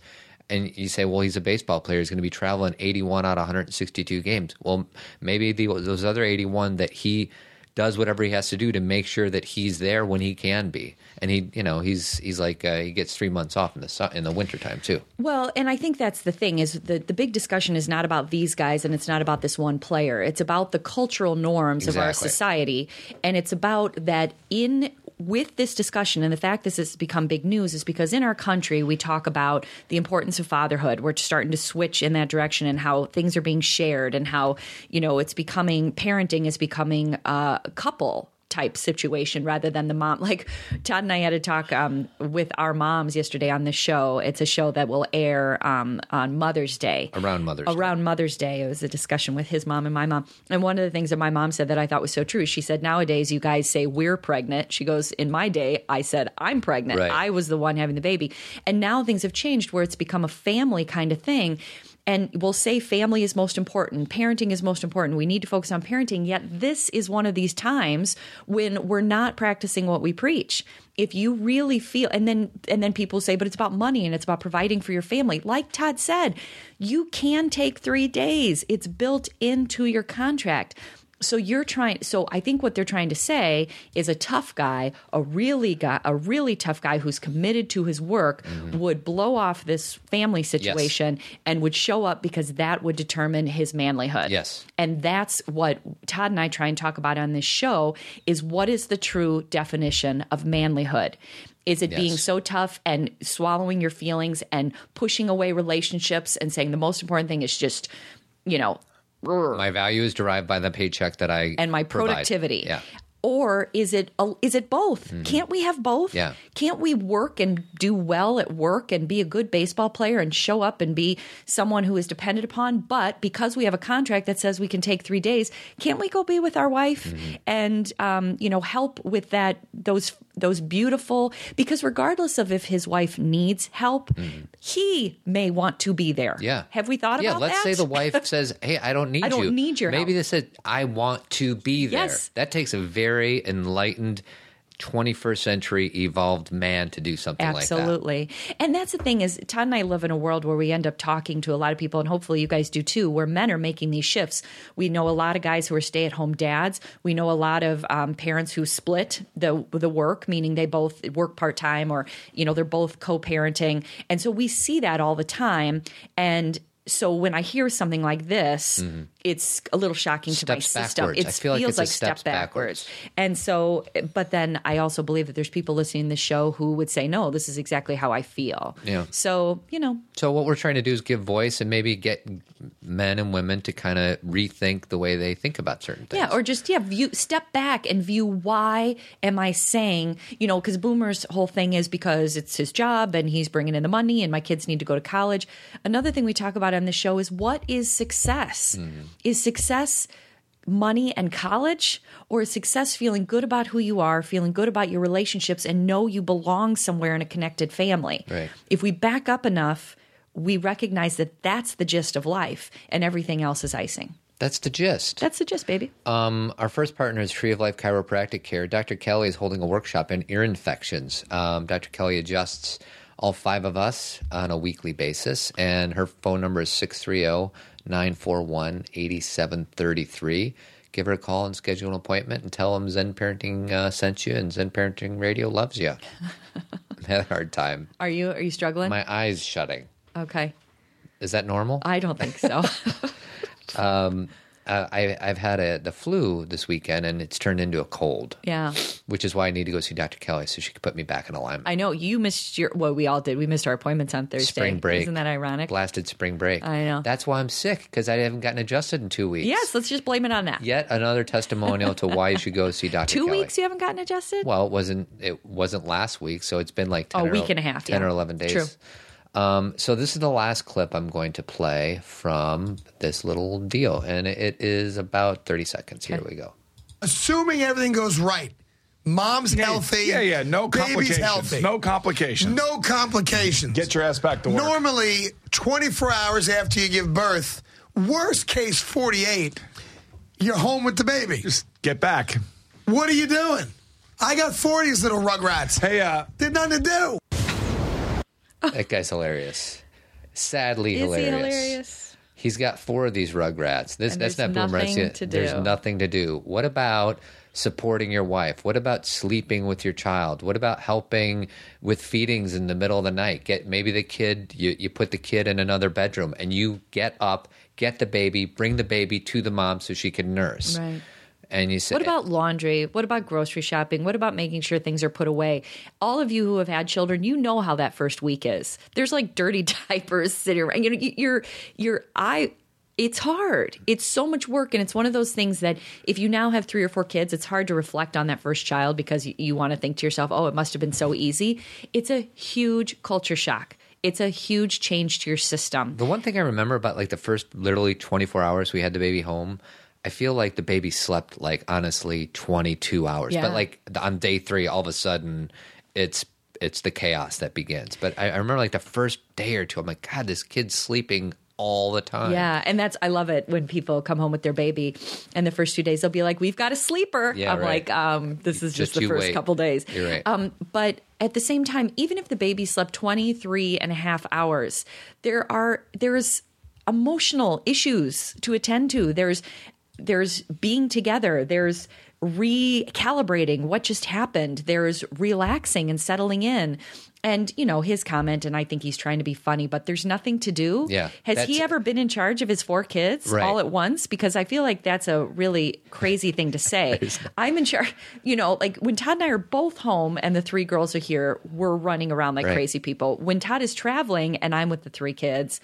[SPEAKER 1] and you say, "Well, he's a baseball player; he's going to be traveling 81 out of 162 games." Well, maybe the, those other 81 that he does whatever he has to do to make sure that he's there when he can be, and he, you know, he's he's like uh, he gets three months off in the su- in the wintertime too.
[SPEAKER 2] Well, and I think that's the thing is the the big discussion is not about these guys and it's not about this one player. It's about the cultural norms of our
[SPEAKER 1] Exactly.
[SPEAKER 2] society and it's about that in with this discussion and the fact this has become big news is because in our country we talk about the importance of fatherhood. We're starting to switch in that direction and how things are being shared and how, you know, it's becoming parenting is becoming uh, a couple type situation rather than the mom. Like Todd and I had a talk um, with our moms yesterday on this show. It's a show that will air um, on Mother's Day.
[SPEAKER 1] Around Mother's Day.
[SPEAKER 2] Around Mother's Day. It was a discussion with his mom and my mom. And one of the things that my mom said that I thought was so true, is she said, nowadays you guys say we're pregnant. She goes, in my day, I said I'm pregnant.
[SPEAKER 1] Right.
[SPEAKER 2] I was the one having the baby. And now things have changed where it's become a family kind of thing. And we'll say family is most important, parenting is most important. We need to focus on parenting. Yet this is one of these times when we're not practicing what we preach. If you really feel and then and then people say, but it's about money and it's about providing for your family. Like Todd said, you can take three days. It's built into your contract. So you're trying. So I think what they're trying to say is a tough guy, a really guy, a really tough guy who's committed to his work
[SPEAKER 1] Mm-hmm.
[SPEAKER 2] would blow off this family situation and would show up because that would determine his manlyhood.
[SPEAKER 1] Yes.
[SPEAKER 2] and that's what Todd and I try and talk about on this show is what is the true definition of manlyhood. Is it being
[SPEAKER 1] Yes.
[SPEAKER 2] so tough and swallowing your feelings and pushing away relationships and saying the most important thing is just, you know,
[SPEAKER 1] My value is derived by the paycheck that I
[SPEAKER 2] and my
[SPEAKER 1] provide.
[SPEAKER 2] productivity.
[SPEAKER 1] Yeah. Mm-hmm.
[SPEAKER 2] Or is it is it both? Can't we have both?
[SPEAKER 1] Yeah.
[SPEAKER 2] Can't we work and do well at work and be a good baseball player and show up and be someone who is depended upon? But because we have a contract that says we can take three days, can't we go be with our wife
[SPEAKER 1] Mm-hmm.
[SPEAKER 2] and um, you know help with that those those beautiful? Because regardless of if his wife needs help, he may want to be there.
[SPEAKER 1] Mm-hmm. Yeah.
[SPEAKER 2] Have we thought
[SPEAKER 1] yeah,
[SPEAKER 2] about
[SPEAKER 1] let's
[SPEAKER 2] that?
[SPEAKER 1] say the wife says, "Hey, I don't need
[SPEAKER 2] I don't
[SPEAKER 1] you.
[SPEAKER 2] need your
[SPEAKER 1] Maybe
[SPEAKER 2] help.
[SPEAKER 1] this is I want to be there.
[SPEAKER 2] Yes.
[SPEAKER 1] That takes a very enlightened 21st century evolved man to do something like that.
[SPEAKER 2] Absolutely. And that's the thing is Todd and I live in a world where we end up talking to a lot of people and hopefully you guys do too, where men are making these shifts. We know a lot of guys who are stay at home dads. We know a lot of um, parents who split the the work, meaning they both work part time or, you know, they're both co parenting. And so we see that all the time. And so when I hear something like this, it's a little shocking
[SPEAKER 1] Mm-hmm. Steps
[SPEAKER 2] to my system.
[SPEAKER 1] backwards.
[SPEAKER 2] It
[SPEAKER 1] I feel like
[SPEAKER 2] feels
[SPEAKER 1] it's a steps backwards.
[SPEAKER 2] and so, but then I also believe that there's people listening to the show who would say, no, this is exactly how I feel.
[SPEAKER 1] Yeah.
[SPEAKER 2] So, you know,
[SPEAKER 1] So what we're trying to do is give voice and maybe get men and women to kind of rethink the way they think about certain things.
[SPEAKER 2] yeah, or just, yeah, view, step back and view why am I saying, you know, because Boomer's whole thing is because it's his job and he's bringing in the money and my kids need to go to college. Another thing we talk about on the show is what is success? Is success money and college or is success feeling good about who you are feeling good about your relationships and know you belong somewhere in a connected family
[SPEAKER 1] Right.
[SPEAKER 2] if we back up enough we recognize that that's the gist of life and everything else is icing
[SPEAKER 1] That's the gist.
[SPEAKER 2] that's the gist baby
[SPEAKER 1] Um, our first partner is Tree of Life Chiropractic Care. Dr. Kelly is holding a workshop in ear infections. Um, Dr. Kelly adjusts all five of us on a weekly basis, and her phone number is oh, 630 941 8733. Give her a call and schedule an appointment and tell them Zen Parenting uh, sent you and Zen Parenting Radio loves you. I had a hard time.
[SPEAKER 2] are you are you struggling
[SPEAKER 1] My eyes shutting.
[SPEAKER 2] okay
[SPEAKER 1] Is that normal?
[SPEAKER 2] i don't think so
[SPEAKER 1] Uh, I, I've had a, the flu this weekend and it's turned into a cold.
[SPEAKER 2] yeah
[SPEAKER 1] which is why I need to go see Dr. Kelly so she could put me back in alignment.
[SPEAKER 2] i know you missed your well we all did we missed our appointments on thursday
[SPEAKER 1] Spring break.
[SPEAKER 2] isn't that ironic
[SPEAKER 1] Blasted spring break.
[SPEAKER 2] I know.
[SPEAKER 1] That's why I'm sick because I haven't gotten adjusted in two weeks.
[SPEAKER 2] yes let's just blame it on that
[SPEAKER 1] Yet another testimonial to why you should go see Dr.
[SPEAKER 2] two
[SPEAKER 1] Kelly.
[SPEAKER 2] weeks you haven't gotten adjusted
[SPEAKER 1] Well, it wasn't it wasn't last week, so it's been like 10
[SPEAKER 2] Oh,
[SPEAKER 1] or
[SPEAKER 2] week and a half,
[SPEAKER 1] ten
[SPEAKER 2] yeah.
[SPEAKER 1] or eleven days.
[SPEAKER 2] True.
[SPEAKER 1] Um, so this is the last clip I'm going to play from this little deal, and it is about 30 seconds. Here we go.
[SPEAKER 3] Assuming everything goes right, mom's healthy.
[SPEAKER 4] Yeah, yeah. No
[SPEAKER 3] baby's
[SPEAKER 4] complications.
[SPEAKER 3] healthy.
[SPEAKER 4] No complications.
[SPEAKER 3] No complications.
[SPEAKER 4] Get your ass back to work.
[SPEAKER 3] Normally, 24 hours after you give birth, worst case 48, you're home with the baby.
[SPEAKER 4] Just get back.
[SPEAKER 3] What are you doing? I got 40s, little rugrats.
[SPEAKER 4] Hey, uh,
[SPEAKER 3] Did nothing to do.
[SPEAKER 1] That guy's hilarious. Sadly
[SPEAKER 2] is
[SPEAKER 1] hilarious.
[SPEAKER 2] he hilarious
[SPEAKER 1] He's got four of these Rugrats. This
[SPEAKER 2] And
[SPEAKER 1] that's not
[SPEAKER 2] there's
[SPEAKER 1] Boomer.
[SPEAKER 2] nothing
[SPEAKER 1] That's
[SPEAKER 2] to
[SPEAKER 1] it. There's
[SPEAKER 2] do.
[SPEAKER 1] nothing to do. What about supporting your wife? What about sleeping with your child? What about helping with feedings in the middle of the night? Get maybe the kid. You you put the kid in another bedroom and you get up, get the baby, bring the baby to the mom so she can nurse.
[SPEAKER 2] Right.
[SPEAKER 1] And you say,
[SPEAKER 2] What about laundry? What about grocery shopping? What about making sure things are put away? All of you who have had children, you know how that first week is. There's like dirty diapers sitting around. You know, y- your your eye. It's hard. It's so much work, and it's one of those things that if you now have three or four kids, it's hard to reflect on that first child because you, you want to think to yourself, "Oh, it must have been so easy." It's a huge culture shock. It's a huge change to your system.
[SPEAKER 1] The one thing I remember about like the first literally 24 hours we had the baby home, I feel like the baby slept like honestly 22 hours.
[SPEAKER 2] Yeah.
[SPEAKER 1] But like the- on day 3 all of a sudden it's it's the chaos that begins. But I, I remember like the first day or two I'm like god this kid's sleeping all the time.
[SPEAKER 2] Yeah, and that's I love it when people come home with their baby, and the first two days they'll be like, "We've got a sleeper."
[SPEAKER 1] Yeah,
[SPEAKER 2] I'm
[SPEAKER 1] right.
[SPEAKER 2] like, um, "This is just,
[SPEAKER 1] Just
[SPEAKER 2] the
[SPEAKER 1] you
[SPEAKER 2] first
[SPEAKER 1] wait.
[SPEAKER 2] couple days."
[SPEAKER 1] You're right.
[SPEAKER 2] Um, but at the same time, even if the baby slept 23 and a half hours, there are there's emotional issues to attend to. There's there's being together. There's recalibrating what just happened. There's relaxing and settling in. And you know his comment, and I think he's trying to be funny, but there's nothing to do.
[SPEAKER 1] Yeah,
[SPEAKER 2] Has he
[SPEAKER 1] that's-
[SPEAKER 2] ever been in charge of his four kids
[SPEAKER 1] Right.
[SPEAKER 2] all at once? Because I feel like that's a really crazy thing to say. I'm in charge. You know, like when Todd and I are both home and the three girls are here, we're running around like
[SPEAKER 1] Right.
[SPEAKER 2] crazy people. When Todd is traveling and I'm with the three kids,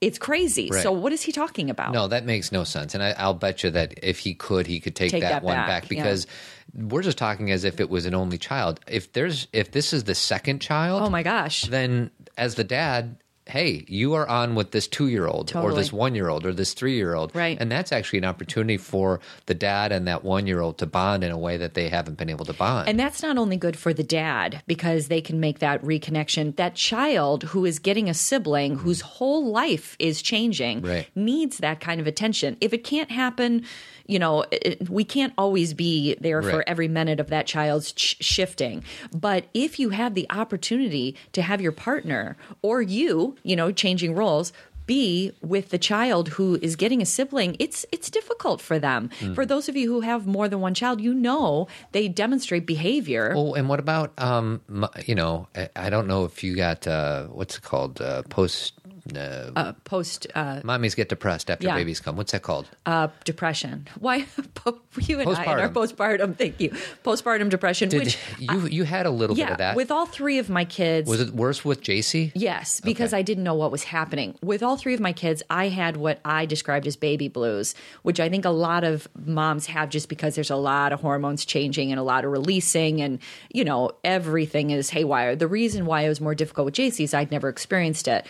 [SPEAKER 2] it's crazy.
[SPEAKER 1] Right.
[SPEAKER 2] So what is he talking about?
[SPEAKER 1] No, that makes no sense. And I, I'll bet you that if he could, he could take,
[SPEAKER 2] Take
[SPEAKER 1] that,
[SPEAKER 2] that
[SPEAKER 1] one
[SPEAKER 2] back,
[SPEAKER 1] back,
[SPEAKER 2] yeah.
[SPEAKER 1] because we're just talking as if it was an only child. If there's if this is the second child,
[SPEAKER 2] Oh my Oh gosh.
[SPEAKER 1] then as the dad hey, you are on with this two year old or
[SPEAKER 2] Totally.
[SPEAKER 1] this one year old or this three year old.
[SPEAKER 2] Right.
[SPEAKER 1] And that's actually an opportunity for the dad and that one year old to bond in a way that they haven't been able to bond.
[SPEAKER 2] And that's not only good for the dad because they can make that reconnection. That child who is getting a sibling whose whole life is changing
[SPEAKER 1] Right.
[SPEAKER 2] needs that kind of attention. If it can't happen, you know, it, we can't always be there
[SPEAKER 1] Right.
[SPEAKER 2] for every minute of that child's ch- shifting. But if you have the opportunity to have your partner or you, you know, changing roles, be with the child who is getting a sibling, it's it's difficult for them.
[SPEAKER 1] Hmm.
[SPEAKER 2] For those of you who have more than one child, you know they demonstrate behavior.
[SPEAKER 1] Oh, and what about um, m- you know? I, I don't know if you got uh, what's it called? Uh, post uh,
[SPEAKER 2] post uh,
[SPEAKER 1] mommies get depressed after
[SPEAKER 2] yeah.
[SPEAKER 1] babies come. What's that called?
[SPEAKER 2] uh, depression. Why po- you and I and our
[SPEAKER 1] Postpartum.
[SPEAKER 2] postpartum? Thank you. Postpartum depression,
[SPEAKER 1] Did
[SPEAKER 2] which
[SPEAKER 1] you you had a little bit
[SPEAKER 2] yeah,
[SPEAKER 1] of that?
[SPEAKER 2] with all three of my kids,
[SPEAKER 1] was it worse with JC?
[SPEAKER 2] Yes, because
[SPEAKER 1] Okay.
[SPEAKER 2] I didn't know what was happening. With all three of my kids, I had what I described as baby blues, which I think a lot of moms have just because there's a lot of hormones changing and a lot of releasing, and you know, everything is haywire. The reason why it was more difficult with JC is I'd never experienced it.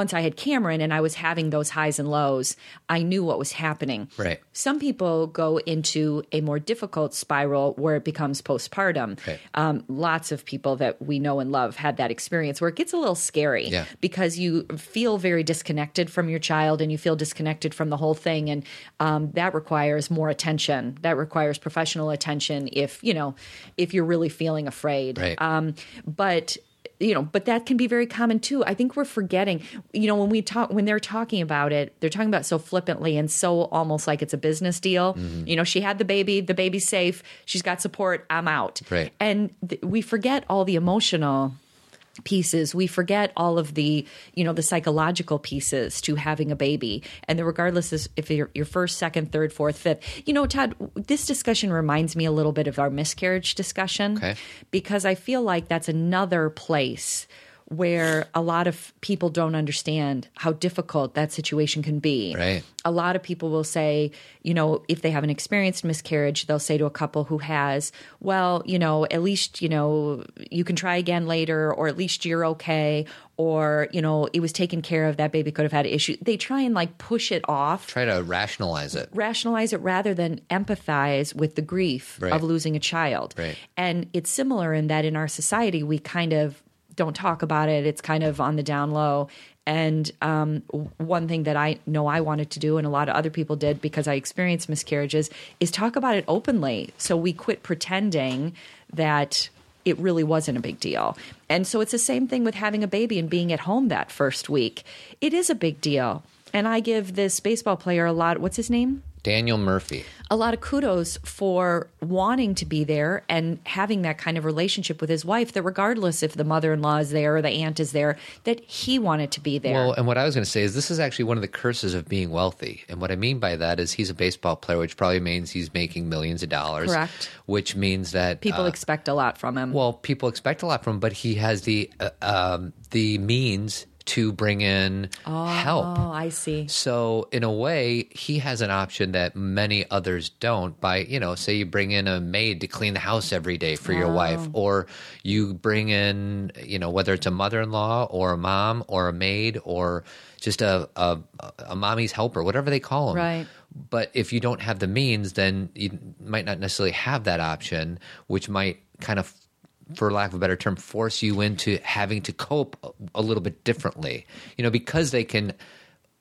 [SPEAKER 2] Once I had Cameron and I was having those highs and lows, I knew what was happening.
[SPEAKER 1] Right.
[SPEAKER 2] Some people go into a more difficult spiral where it becomes postpartum.
[SPEAKER 1] Right.
[SPEAKER 2] Um, lots of people that we know and love had that experience where it gets a little scary
[SPEAKER 1] Yeah.
[SPEAKER 2] because you feel very disconnected from your child and you feel disconnected from the whole thing. And um, that requires more attention. That requires professional attention if, you know, if you're really feeling afraid.
[SPEAKER 1] Right.
[SPEAKER 2] Um, but you know but that can be very common too i think we're forgetting you know when we talk when they're talking about it they're talking about it so flippantly and so almost like it's a business deal you know she had the baby the baby's safe she's got support i'm out
[SPEAKER 1] Right.
[SPEAKER 2] and th- we forget all the emotional pieces we forget all of the you know the psychological pieces to having a baby and the regardless is if you're your first second third fourth fifth you know todd this discussion reminds me a little bit of our miscarriage discussion
[SPEAKER 1] Okay.
[SPEAKER 2] because i feel like that's another place where a lot of people don't understand how difficult that situation can be
[SPEAKER 1] Right.
[SPEAKER 2] a lot of people will say, you know, if they haven't experienced miscarriage, they'll say to a couple who has, well, you know, at least, you know, you can try again later, or at least you're okay, or, you know, it was taken care of, that baby could have had an issue. They try and like push it off,
[SPEAKER 1] Try to rationalize it.
[SPEAKER 2] rationalize it rather than empathize with the grief
[SPEAKER 1] Right.
[SPEAKER 2] of losing a child.
[SPEAKER 1] Right.
[SPEAKER 2] And it's similar in that in our society, we kind of don't talk about it. It's kind of on the down low. And um, w- one thing that I know I wanted to do, and a lot of other people did because I experienced miscarriages, is talk about it openly. So we quit pretending that it really wasn't a big deal. And so it's the same thing with having a baby and being at home that first week. It is a big deal. And I give this baseball player a lot, what's his name?
[SPEAKER 1] Daniel Murphy.
[SPEAKER 2] a lot of kudos for wanting to be there and having that kind of relationship with his wife that regardless if the mother-in-law is there or the aunt is there that he wanted to be there
[SPEAKER 1] Well, and what I was going to say is this is actually one of the curses of being wealthy. And what I mean by that is he's a baseball player, which probably means he's making millions of dollars.
[SPEAKER 2] Correct.
[SPEAKER 1] Which means that uh,
[SPEAKER 2] people expect a lot from him
[SPEAKER 1] well people expect a lot from him but he has the uh, um, the means to bring in
[SPEAKER 2] oh
[SPEAKER 1] help
[SPEAKER 2] i see
[SPEAKER 1] so in a way he has an option that many others don't by you know say you bring in a maid to clean the house every day for your wife or you bring in you know whether it's a mother-in-law or a mom or a maid or just a a, a mommy's helper whatever they call them
[SPEAKER 2] Right.
[SPEAKER 1] but if you don't have the means, then you might not necessarily have that option, which might kind of, for lack of a better term, force you into having to cope a- a little bit differently. You know, because they can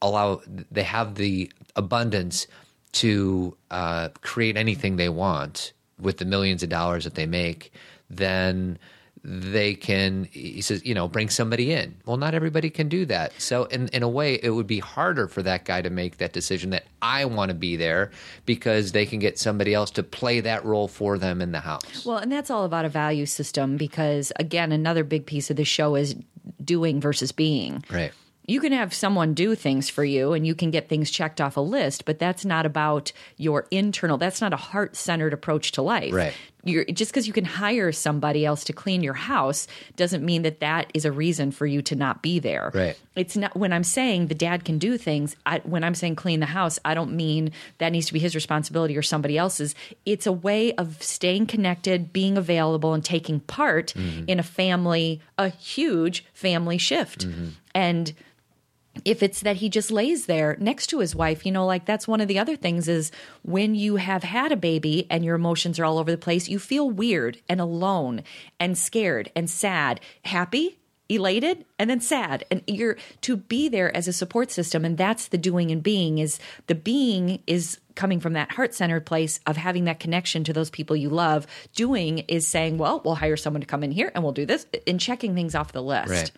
[SPEAKER 1] allow, they have the abundance to uh, create anything they want with the millions of dollars that they make, then they can he says you know bring somebody in well not everybody can do that so in in a way it would be harder for that guy to make that decision that i want to be there because they can get somebody else to play that role for them in the house
[SPEAKER 2] Well, and that's all about a value system because, again, another big piece of the show is doing versus being.
[SPEAKER 1] Right.
[SPEAKER 2] You can have someone do things for you and you can get things checked off a list, but that's not about your internal, that's not a heart centered approach to life.
[SPEAKER 1] Right.
[SPEAKER 2] You're, just because you can hire somebody else to clean your house doesn't mean that that is a reason for you to not be there.
[SPEAKER 1] Right.
[SPEAKER 2] It's not when I'm saying the dad can do things. I, when I'm saying clean the house, I don't mean that needs to be his responsibility or somebody else's. It's a way of staying connected, being available, and
[SPEAKER 1] Mm-hmm. Mm-hmm.
[SPEAKER 2] taking part in a family, a huge family shift. And if it's that he just lays there next to his wife, you know, like that's one of the other things is when you have had a baby and your emotions are all over the place, you feel weird and alone and scared and sad, happy, elated, and then sad. And you're to be there as a support system. And that's the doing and being is the being is coming from that heart centered place of having that connection to those people you love. Doing is saying, well, we'll hire someone to come in here and we'll do this and checking things off the list.
[SPEAKER 1] Right.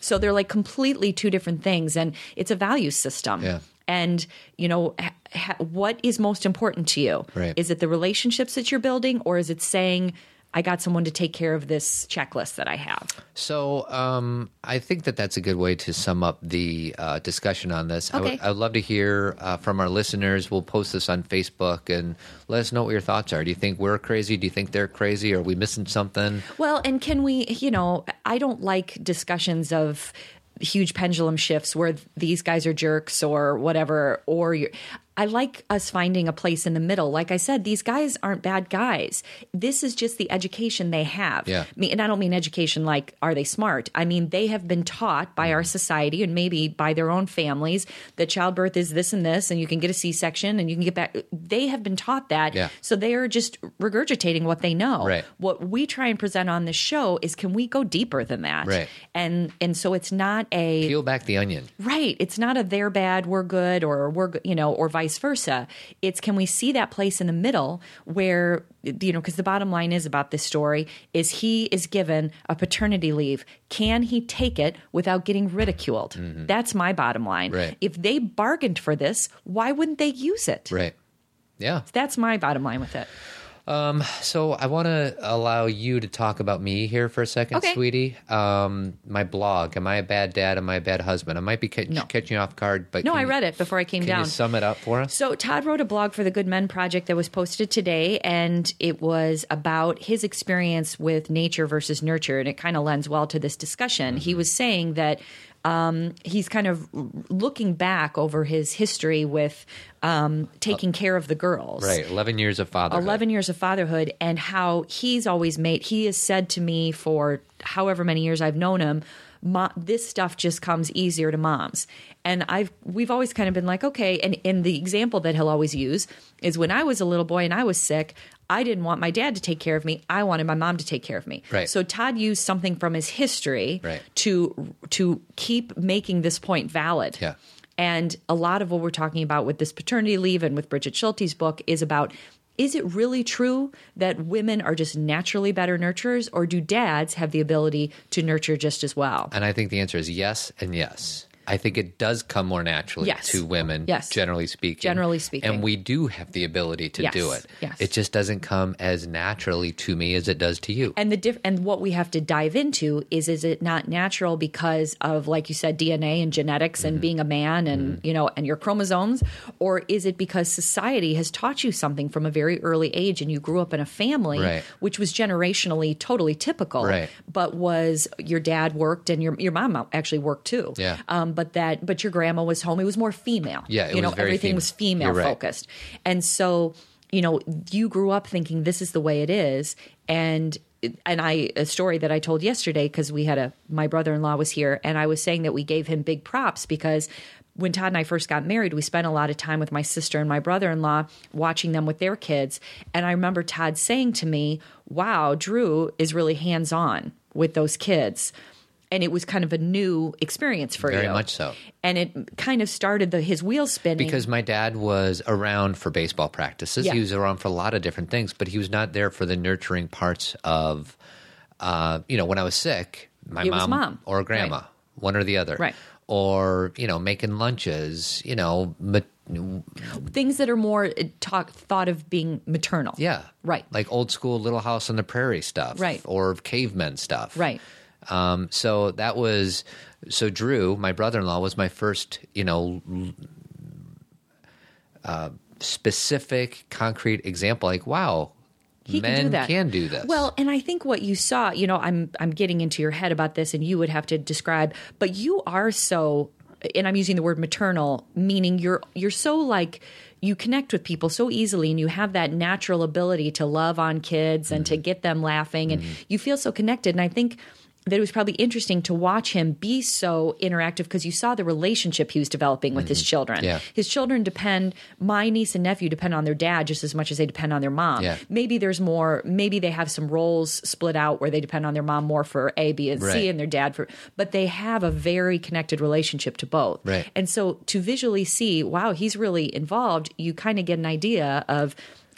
[SPEAKER 2] So they're like completely two different things, and it's a value system.
[SPEAKER 1] Yeah.
[SPEAKER 2] And you know ha- ha- what is most important to you?
[SPEAKER 1] Right.
[SPEAKER 2] Is it the relationships that you're building, or is it saying, "I got someone to take care of this checklist that I have"?
[SPEAKER 1] So um, I think that that's a good way to sum up the uh, discussion on this. I would-
[SPEAKER 2] Okay.
[SPEAKER 1] I would love to hear uh, from our listeners. We'll post this on Facebook and let us know what your thoughts are. Do you think we're crazy? Do you think they're crazy? Are we missing something?
[SPEAKER 2] Well, and can we? You know, I don't like discussions of huge pendulum shifts where these guys are jerks or whatever. Or you're, I like us finding a place in the middle. Like I said, these guys aren't bad guys. This is just the education they have.
[SPEAKER 1] Yeah.
[SPEAKER 2] Me- and I don't mean education like are they smart? I mean they have been taught by our society and maybe by their own families that childbirth is this and this, and you can get a C section and you can get back. They have been taught that,
[SPEAKER 1] Yeah.
[SPEAKER 2] so they are just regurgitating what they know.
[SPEAKER 1] Right.
[SPEAKER 2] What we try and present on this show is can we go deeper than that?
[SPEAKER 1] Right.
[SPEAKER 2] And and so it's not a
[SPEAKER 1] Peel back the onion.
[SPEAKER 2] Right. It's not a they're bad, we're good, or we're, go- you know, or vice versa. It's can we see that place in the middle where, you know, because the bottom line is about this story is he is given a paternity leave. Can he take it without getting ridiculed? That's my bottom line.
[SPEAKER 1] Mm-hmm. Right.
[SPEAKER 2] If they bargained for this, why wouldn't they use it?
[SPEAKER 1] Right. Yeah.
[SPEAKER 2] That's my bottom line with it.
[SPEAKER 1] So I want to allow you to talk about me here for a second,
[SPEAKER 2] Okay.
[SPEAKER 1] sweetie. Um, my blog. Am I a bad dad? Am I a bad husband? I might be ca-
[SPEAKER 2] No.
[SPEAKER 1] catching you off guard, but
[SPEAKER 2] No,
[SPEAKER 1] can
[SPEAKER 2] I
[SPEAKER 1] you-
[SPEAKER 2] read it before I came
[SPEAKER 1] Can
[SPEAKER 2] down.
[SPEAKER 1] you sum it up for us?
[SPEAKER 2] So Todd wrote a blog for the Good Men Project that was posted today, and it was about his experience with nature versus nurture, and it kind of lends well to this discussion. He was saying that um, he's kind of looking back over his history with um, taking care of the girls,
[SPEAKER 1] right. Eleven years of fatherhood.
[SPEAKER 2] 11 years of fatherhood and how he's always made he has said to me for however many years I've known him "Mo- this stuff just comes easier to moms and I've we've always kind of been like okay and and the example that he'll always use is when I was a little boy and I was sick I didn't want my dad to take care of me I wanted my mom to take care of me
[SPEAKER 1] Right.
[SPEAKER 2] so Todd used something from his history
[SPEAKER 1] Right.
[SPEAKER 2] to to keep making this point valid
[SPEAKER 1] Yeah.
[SPEAKER 2] and a lot of what we're talking about with this paternity leave and with Bridget Schulte's book is about is it really true that women are just naturally better nurturers, or do dads have the ability to nurture just as well?
[SPEAKER 1] And I think the answer is yes and yes. I think it does come more naturally
[SPEAKER 2] Yes.
[SPEAKER 1] to women,
[SPEAKER 2] Yes.
[SPEAKER 1] generally speaking.
[SPEAKER 2] Generally speaking.
[SPEAKER 1] And we do have the ability to
[SPEAKER 2] Yes.
[SPEAKER 1] do it.
[SPEAKER 2] Yes.
[SPEAKER 1] It just doesn't come as naturally to me as it does to you.
[SPEAKER 2] and the diff- and what we have to dive into is is it not natural because of like you said DNA and genetics
[SPEAKER 1] Mm-hmm.
[SPEAKER 2] and being a man and you know and your chromosomes or is it because society has taught you something from a very early age and you grew up in a family
[SPEAKER 1] Right.
[SPEAKER 2] which was generationally totally typical
[SPEAKER 1] Right.
[SPEAKER 2] but was your dad worked and your your mom actually worked too
[SPEAKER 1] Yeah.
[SPEAKER 2] um but that but your grandma was home it was more female
[SPEAKER 1] Yeah, it
[SPEAKER 2] you know
[SPEAKER 1] was very
[SPEAKER 2] everything
[SPEAKER 1] fem-
[SPEAKER 2] was female
[SPEAKER 1] You're right.
[SPEAKER 2] focused and so you know you grew up thinking this is the way it is and and i a story that i told yesterday because we had a my brother-in-law was here and i was saying that we gave him big props because when todd and i first got married we spent a lot of time with my sister and my brother-in-law watching them with their kids and i remember todd saying to me wow drew is really hands-on with those kids and it was kind of a new experience for
[SPEAKER 1] Very
[SPEAKER 2] you
[SPEAKER 1] much so.
[SPEAKER 2] and it kind of started the his wheels spinning
[SPEAKER 1] because my dad was around for baseball practices.
[SPEAKER 2] Yeah.
[SPEAKER 1] He was around for a lot of different things, but he was not there for the nurturing parts of, uh, you know, when I was sick, my
[SPEAKER 2] It was
[SPEAKER 1] mom,
[SPEAKER 2] mom.
[SPEAKER 1] or grandma,
[SPEAKER 2] Right.
[SPEAKER 1] one or the other.
[SPEAKER 2] Right.
[SPEAKER 1] Or, you know, making lunches, you know, ma-
[SPEAKER 2] things that are more uh, talk, thought of being maternal.
[SPEAKER 1] Yeah.
[SPEAKER 2] Right.
[SPEAKER 1] Like old school Little House on the Prairie stuff.
[SPEAKER 2] Right.
[SPEAKER 1] Or cavemen stuff.
[SPEAKER 2] Right.
[SPEAKER 1] Um, so that was, so Drew, my brother in law, was my first, you know, uh, specific concrete example. Like, wow,
[SPEAKER 2] He
[SPEAKER 1] men
[SPEAKER 2] can do that.
[SPEAKER 1] this.
[SPEAKER 2] Well, and I think what you saw, you know, I'm I'm getting into your head about this and you would have to describe, but you are so and I'm using the word maternal meaning you're you're so like you connect with people so easily and you have that
[SPEAKER 1] Mm-hmm.
[SPEAKER 2] natural ability to love on kids and to get them laughing and you feel so connected and I think that it was probably interesting to watch him be so interactive because you saw the relationship he was developing with his children.
[SPEAKER 1] Mm-hmm. Yeah.
[SPEAKER 2] His children depend, my niece and nephew depend on their dad just as much as they depend on their mom.
[SPEAKER 1] Yeah.
[SPEAKER 2] Maybe there's more, maybe they have some roles split out where they depend on their mom more for A, B, and
[SPEAKER 1] Right.
[SPEAKER 2] C, and their dad for, but they have a very connected relationship to both.
[SPEAKER 1] Right.
[SPEAKER 2] And so to visually see, wow, he's really involved, you kind of get an idea of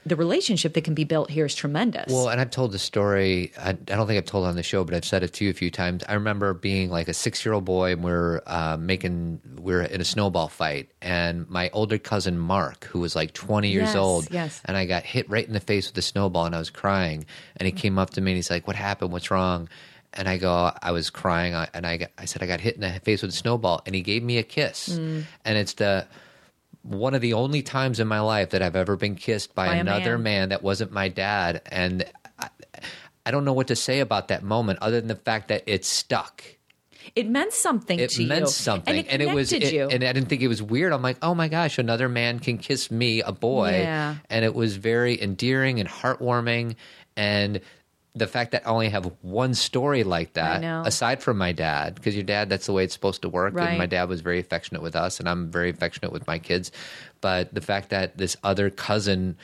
[SPEAKER 2] the relationship that can be built here is tremendous.
[SPEAKER 1] Well, and I've told the story. I, I don't think I've told it on the show, but I've said it to you a few times. I remember being like a six-year-old boy, and we're uh, making we're in a snowball fight, and my older cousin Mark, who was like 20 years
[SPEAKER 2] Yes,
[SPEAKER 1] old,
[SPEAKER 2] yes.
[SPEAKER 1] and I got hit right in the face with a snowball, and I was crying, and he
[SPEAKER 2] Mm.
[SPEAKER 1] came up to me and he's like, "What happened? What's wrong?" And I go, I was crying, I- and I got, I said, I got hit in the face with a snowball, and he gave me a kiss,
[SPEAKER 2] Mm.
[SPEAKER 1] and it's the one of the only times in my life that I've ever been kissed by,
[SPEAKER 2] By a
[SPEAKER 1] another
[SPEAKER 2] man.
[SPEAKER 1] man that wasn't my dad. And I, I don't know what to say about that moment other than the fact that it stuck.
[SPEAKER 2] it meant something
[SPEAKER 1] It
[SPEAKER 2] to you.
[SPEAKER 1] meant something.
[SPEAKER 2] And it,
[SPEAKER 1] was
[SPEAKER 2] connected you.
[SPEAKER 1] and I didn't think it was weird. I'm like, oh my gosh, another man can kiss me, a boy.
[SPEAKER 2] Yeah.
[SPEAKER 1] And it was very endearing and heartwarming. And the fact that I only have one story like that,
[SPEAKER 2] know.
[SPEAKER 1] aside from my dad, because your dad, that's the way it's supposed to work. And
[SPEAKER 2] Right.
[SPEAKER 1] my dad was very affectionate with us, and I'm very affectionate with my kids. But the fact that this other cousin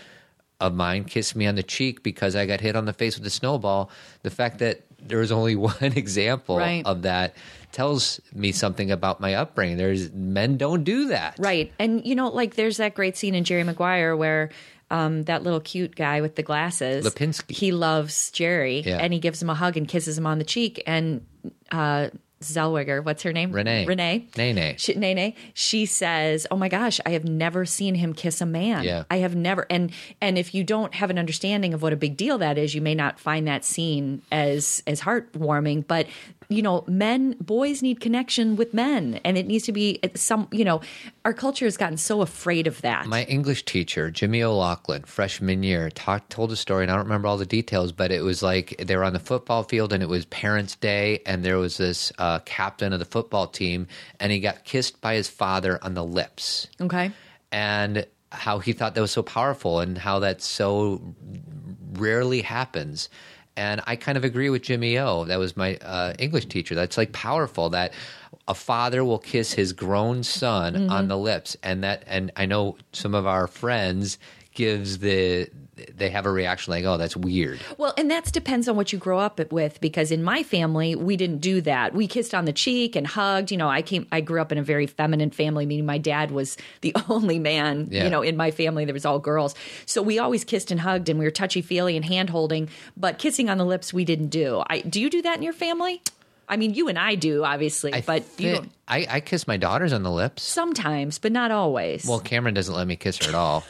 [SPEAKER 1] of mine kissed me on the cheek because I got hit on the face with a snowball, the fact that there was only one example
[SPEAKER 2] Right.
[SPEAKER 1] of that tells me something about my upbringing. There's men don't do that.
[SPEAKER 2] Right. And you know, like there's that great scene in Jerry Maguire where um, that little cute guy with the glasses,
[SPEAKER 1] Lipinski.
[SPEAKER 2] he loves Jerry
[SPEAKER 1] Yeah.
[SPEAKER 2] and he gives him a hug and kisses him on the cheek. And uh, Zellweger, what's her name?
[SPEAKER 1] Renee.
[SPEAKER 2] Renee.
[SPEAKER 1] Nene.
[SPEAKER 2] She, Nene. She says, "Oh my gosh, I have never seen him kiss a man.
[SPEAKER 1] Yeah.
[SPEAKER 2] I have never." And and if you don't have an understanding of what a big deal that is, you may not find that scene as as heartwarming. But you know, men, boys need connection with men, and it needs to be at some. You know, our culture has gotten so afraid of that.
[SPEAKER 1] My English teacher, Jimmy O'Loughlin, freshman year, talked told a story, and I don't remember all the details, but it was like they were on the football field, and it was Parents' Day, and there was this uh, captain of the football team, and he got kissed by his father on the lips,
[SPEAKER 2] okay.
[SPEAKER 1] and how he thought that was so powerful, and how that so rarely happens. And I kind of agree with Jimmy O. That was my uh, English teacher. That's like powerful that a father will kiss his grown son
[SPEAKER 2] Mm-hmm.
[SPEAKER 1] on the lips, and that. And I know some of our friends gives the they have a reaction like, "Oh, that's weird."
[SPEAKER 2] Well, and that depends on what you grow up with. Because in my family, we didn't do that. We kissed on the cheek and hugged. You know, I came, I grew up in a very feminine family, meaning my dad was the only man.
[SPEAKER 1] Yeah.
[SPEAKER 2] You know, in my family, there was all girls, so we always kissed and hugged, and we were touchy feely and hand holding. But kissing on the lips, we didn't do. I do you do that in your family? I mean, you and I do, obviously,
[SPEAKER 1] I
[SPEAKER 2] but you
[SPEAKER 1] thi-
[SPEAKER 2] don't,
[SPEAKER 1] I, I kiss my daughters on the lips.
[SPEAKER 2] sometimes, but not always.
[SPEAKER 1] Well, Cameron doesn't let me kiss her at all.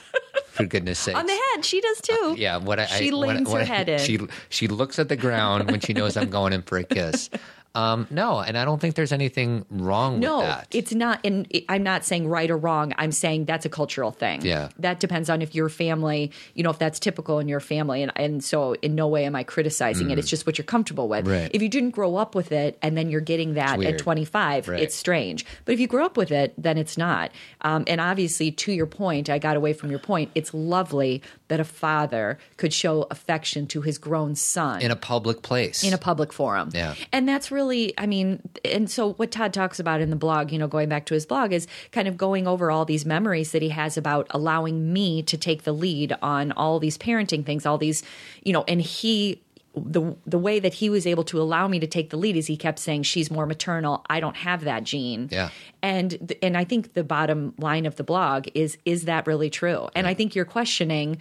[SPEAKER 1] For goodness' sake.
[SPEAKER 2] on the head, she does too.
[SPEAKER 1] uh, Yeah, what I
[SPEAKER 2] she
[SPEAKER 1] I, what I-
[SPEAKER 2] leans
[SPEAKER 1] what
[SPEAKER 2] her
[SPEAKER 1] I-
[SPEAKER 2] head in.
[SPEAKER 1] She she looks at the ground when she knows I'm going in for a kiss. Um, no, and I don't think there's anything wrong
[SPEAKER 2] no,
[SPEAKER 1] with that.
[SPEAKER 2] it's not. And it- I'm not saying right or wrong. I'm saying that's a cultural thing.
[SPEAKER 1] Yeah.
[SPEAKER 2] that depends on if your family, you know, if that's typical in your family. And and so in no way am I criticizing it. It's just what you're comfortable with.
[SPEAKER 1] Mm. Right.
[SPEAKER 2] If you didn't grow up with it, and then you're getting that at
[SPEAKER 1] weird.
[SPEAKER 2] 25,
[SPEAKER 1] Right.
[SPEAKER 2] it's strange. But if you grow up with it, then it's not. Um, and obviously, to your point, I got away from your point. It's lovely that a father could show affection to his grown son
[SPEAKER 1] in a public place.
[SPEAKER 2] in a public forum.
[SPEAKER 1] Yeah.
[SPEAKER 2] And that's really, I mean, and so what Todd talks about in the blog, you know, going back to his blog is kind of going over all these memories that he has about allowing me to take the lead on all these parenting things, all these, you know, and he the the way that he was able to allow me to take the lead is he kept saying she's more maternal, I don't have that gene.
[SPEAKER 1] Yeah.
[SPEAKER 2] And th- and I think the bottom line of the blog is is that really true? And I think you're questioning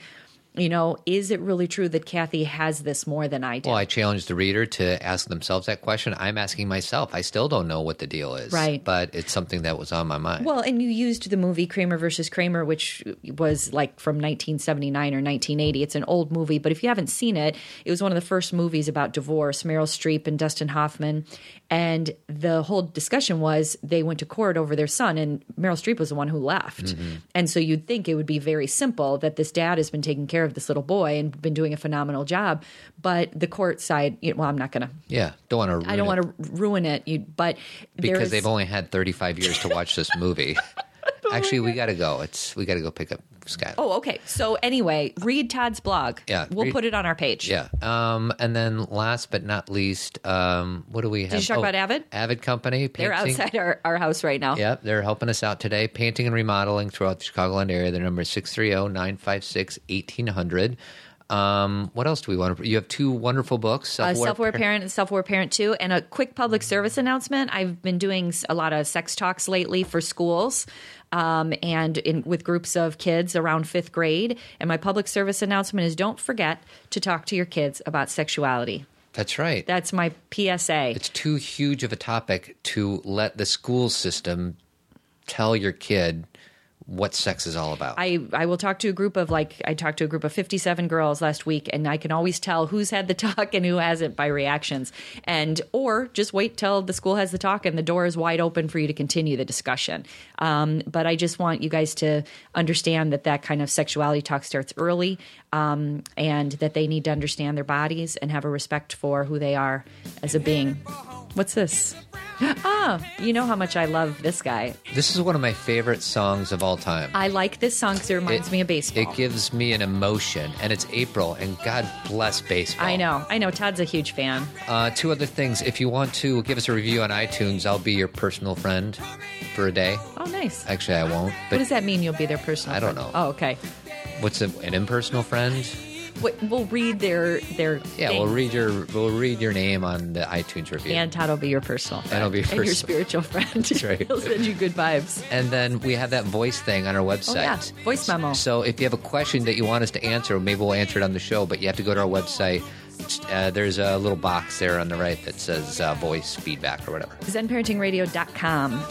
[SPEAKER 2] you know, is it really true that Kathy has this more than I do?
[SPEAKER 1] well, I challenge the reader to ask themselves that question. I'm asking myself. I still don't know what the deal is.
[SPEAKER 2] Right.
[SPEAKER 1] But it's something that was on my mind.
[SPEAKER 2] Well, and you used the movie Kramer versus Kramer, which was like from 1979 or 1980. It's an old movie, but if you haven't seen it, it was one of the first movies about divorce. Meryl Streep and Dustin Hoffman, and the whole discussion was they went to court over their son, and Meryl Streep was the one who left. And so you'd think it would be very simple that this dad has been taking care of this little boy and been doing a phenomenal job, but the court side, you well, I'm not going to.
[SPEAKER 1] yeah. Don't want to.
[SPEAKER 2] I don't want to ruin it, you, but there
[SPEAKER 1] because
[SPEAKER 2] is-
[SPEAKER 1] they've only had 35 years to watch this movie. Actually, we got to go. It's we got to go pick up Scott.
[SPEAKER 2] Oh, okay. So anyway, read Todd's blog.
[SPEAKER 1] Yeah,
[SPEAKER 2] We'll
[SPEAKER 1] read-
[SPEAKER 2] put it on our page.
[SPEAKER 1] Yeah. Um, and then last but not least, um, what do we have?
[SPEAKER 2] you talk about Avid?
[SPEAKER 1] Avid Company.
[SPEAKER 2] They're
[SPEAKER 1] painting-
[SPEAKER 2] outside our, our house right now.
[SPEAKER 1] Yep, they're helping us out today. Painting and remodeling throughout the Chicagoland area. Their number oh, is 630-956-1800. Um, what else do we want to... You have two wonderful books.
[SPEAKER 2] uh, self-aware
[SPEAKER 1] Par-
[SPEAKER 2] parent and self-aware parent too and a quick public service announcement i've been doing s- a lot of sex talks lately for schools um, and in, with groups of kids around fifth grade and my public service announcement is don't forget to talk to your kids about sexuality
[SPEAKER 1] That's right.
[SPEAKER 2] that's my psa
[SPEAKER 1] it's too huge of a topic to let the school system tell your kid what sex is all about.
[SPEAKER 2] I, I will talk to a group of like I talked to a group of 57 girls last week and I can always tell who's had the talk and who hasn't by reactions and or just wait till the school has the talk and the door is wide open for you to continue the discussion um, but I just want you guys to understand that that kind of sexuality talk starts early um, and that they need to understand their bodies and have a respect for who they are as a being what's this ah you know how much I love this guy
[SPEAKER 1] this is one of my favorite songs of all time.
[SPEAKER 2] I like this song because it reminds me of baseball
[SPEAKER 1] It gives me an emotion, and it's April, and God bless baseball.
[SPEAKER 2] I know. I know. Todd's a huge fan.
[SPEAKER 1] Uh, two other things. If you want to give us a review on iTunes, I'll be your personal friend for a day.
[SPEAKER 2] Oh, nice.
[SPEAKER 1] Actually, I won't.
[SPEAKER 2] what
[SPEAKER 1] But
[SPEAKER 2] does that mean? You'll be their personal.
[SPEAKER 1] I don't
[SPEAKER 2] friend?
[SPEAKER 1] know.
[SPEAKER 2] Oh, okay.
[SPEAKER 1] what's a, an impersonal friend?
[SPEAKER 2] Wait, We'll read their their.
[SPEAKER 1] Yeah,
[SPEAKER 2] thing,
[SPEAKER 1] we'll read your we'll read your name on the iTunes review.
[SPEAKER 2] And Todd will be your personal. Friend
[SPEAKER 1] I'll be your
[SPEAKER 2] and your
[SPEAKER 1] personal-
[SPEAKER 2] spiritual friend.
[SPEAKER 1] right.
[SPEAKER 2] He'll send you good vibes.
[SPEAKER 1] And then we have that voice thing on our website.
[SPEAKER 2] Oh, yeah. Voice memo.
[SPEAKER 1] So if you have a question that you want us to answer, maybe we'll answer it on the show, but you have to go to our website. Uh, there's a little box there on the right that says uh, voice feedback or whatever.
[SPEAKER 2] ZenParentingRadio.com.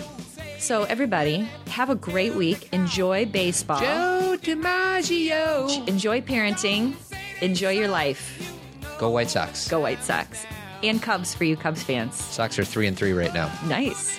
[SPEAKER 2] So everybody, have a great week. Enjoy baseball.
[SPEAKER 1] Joe DiMaggio.
[SPEAKER 2] Enjoy parenting. Enjoy your life.
[SPEAKER 1] Go White Sox.
[SPEAKER 2] Go White Sox and Cubs for you Cubs fans.
[SPEAKER 1] Sox are three and three right now.
[SPEAKER 2] Nice.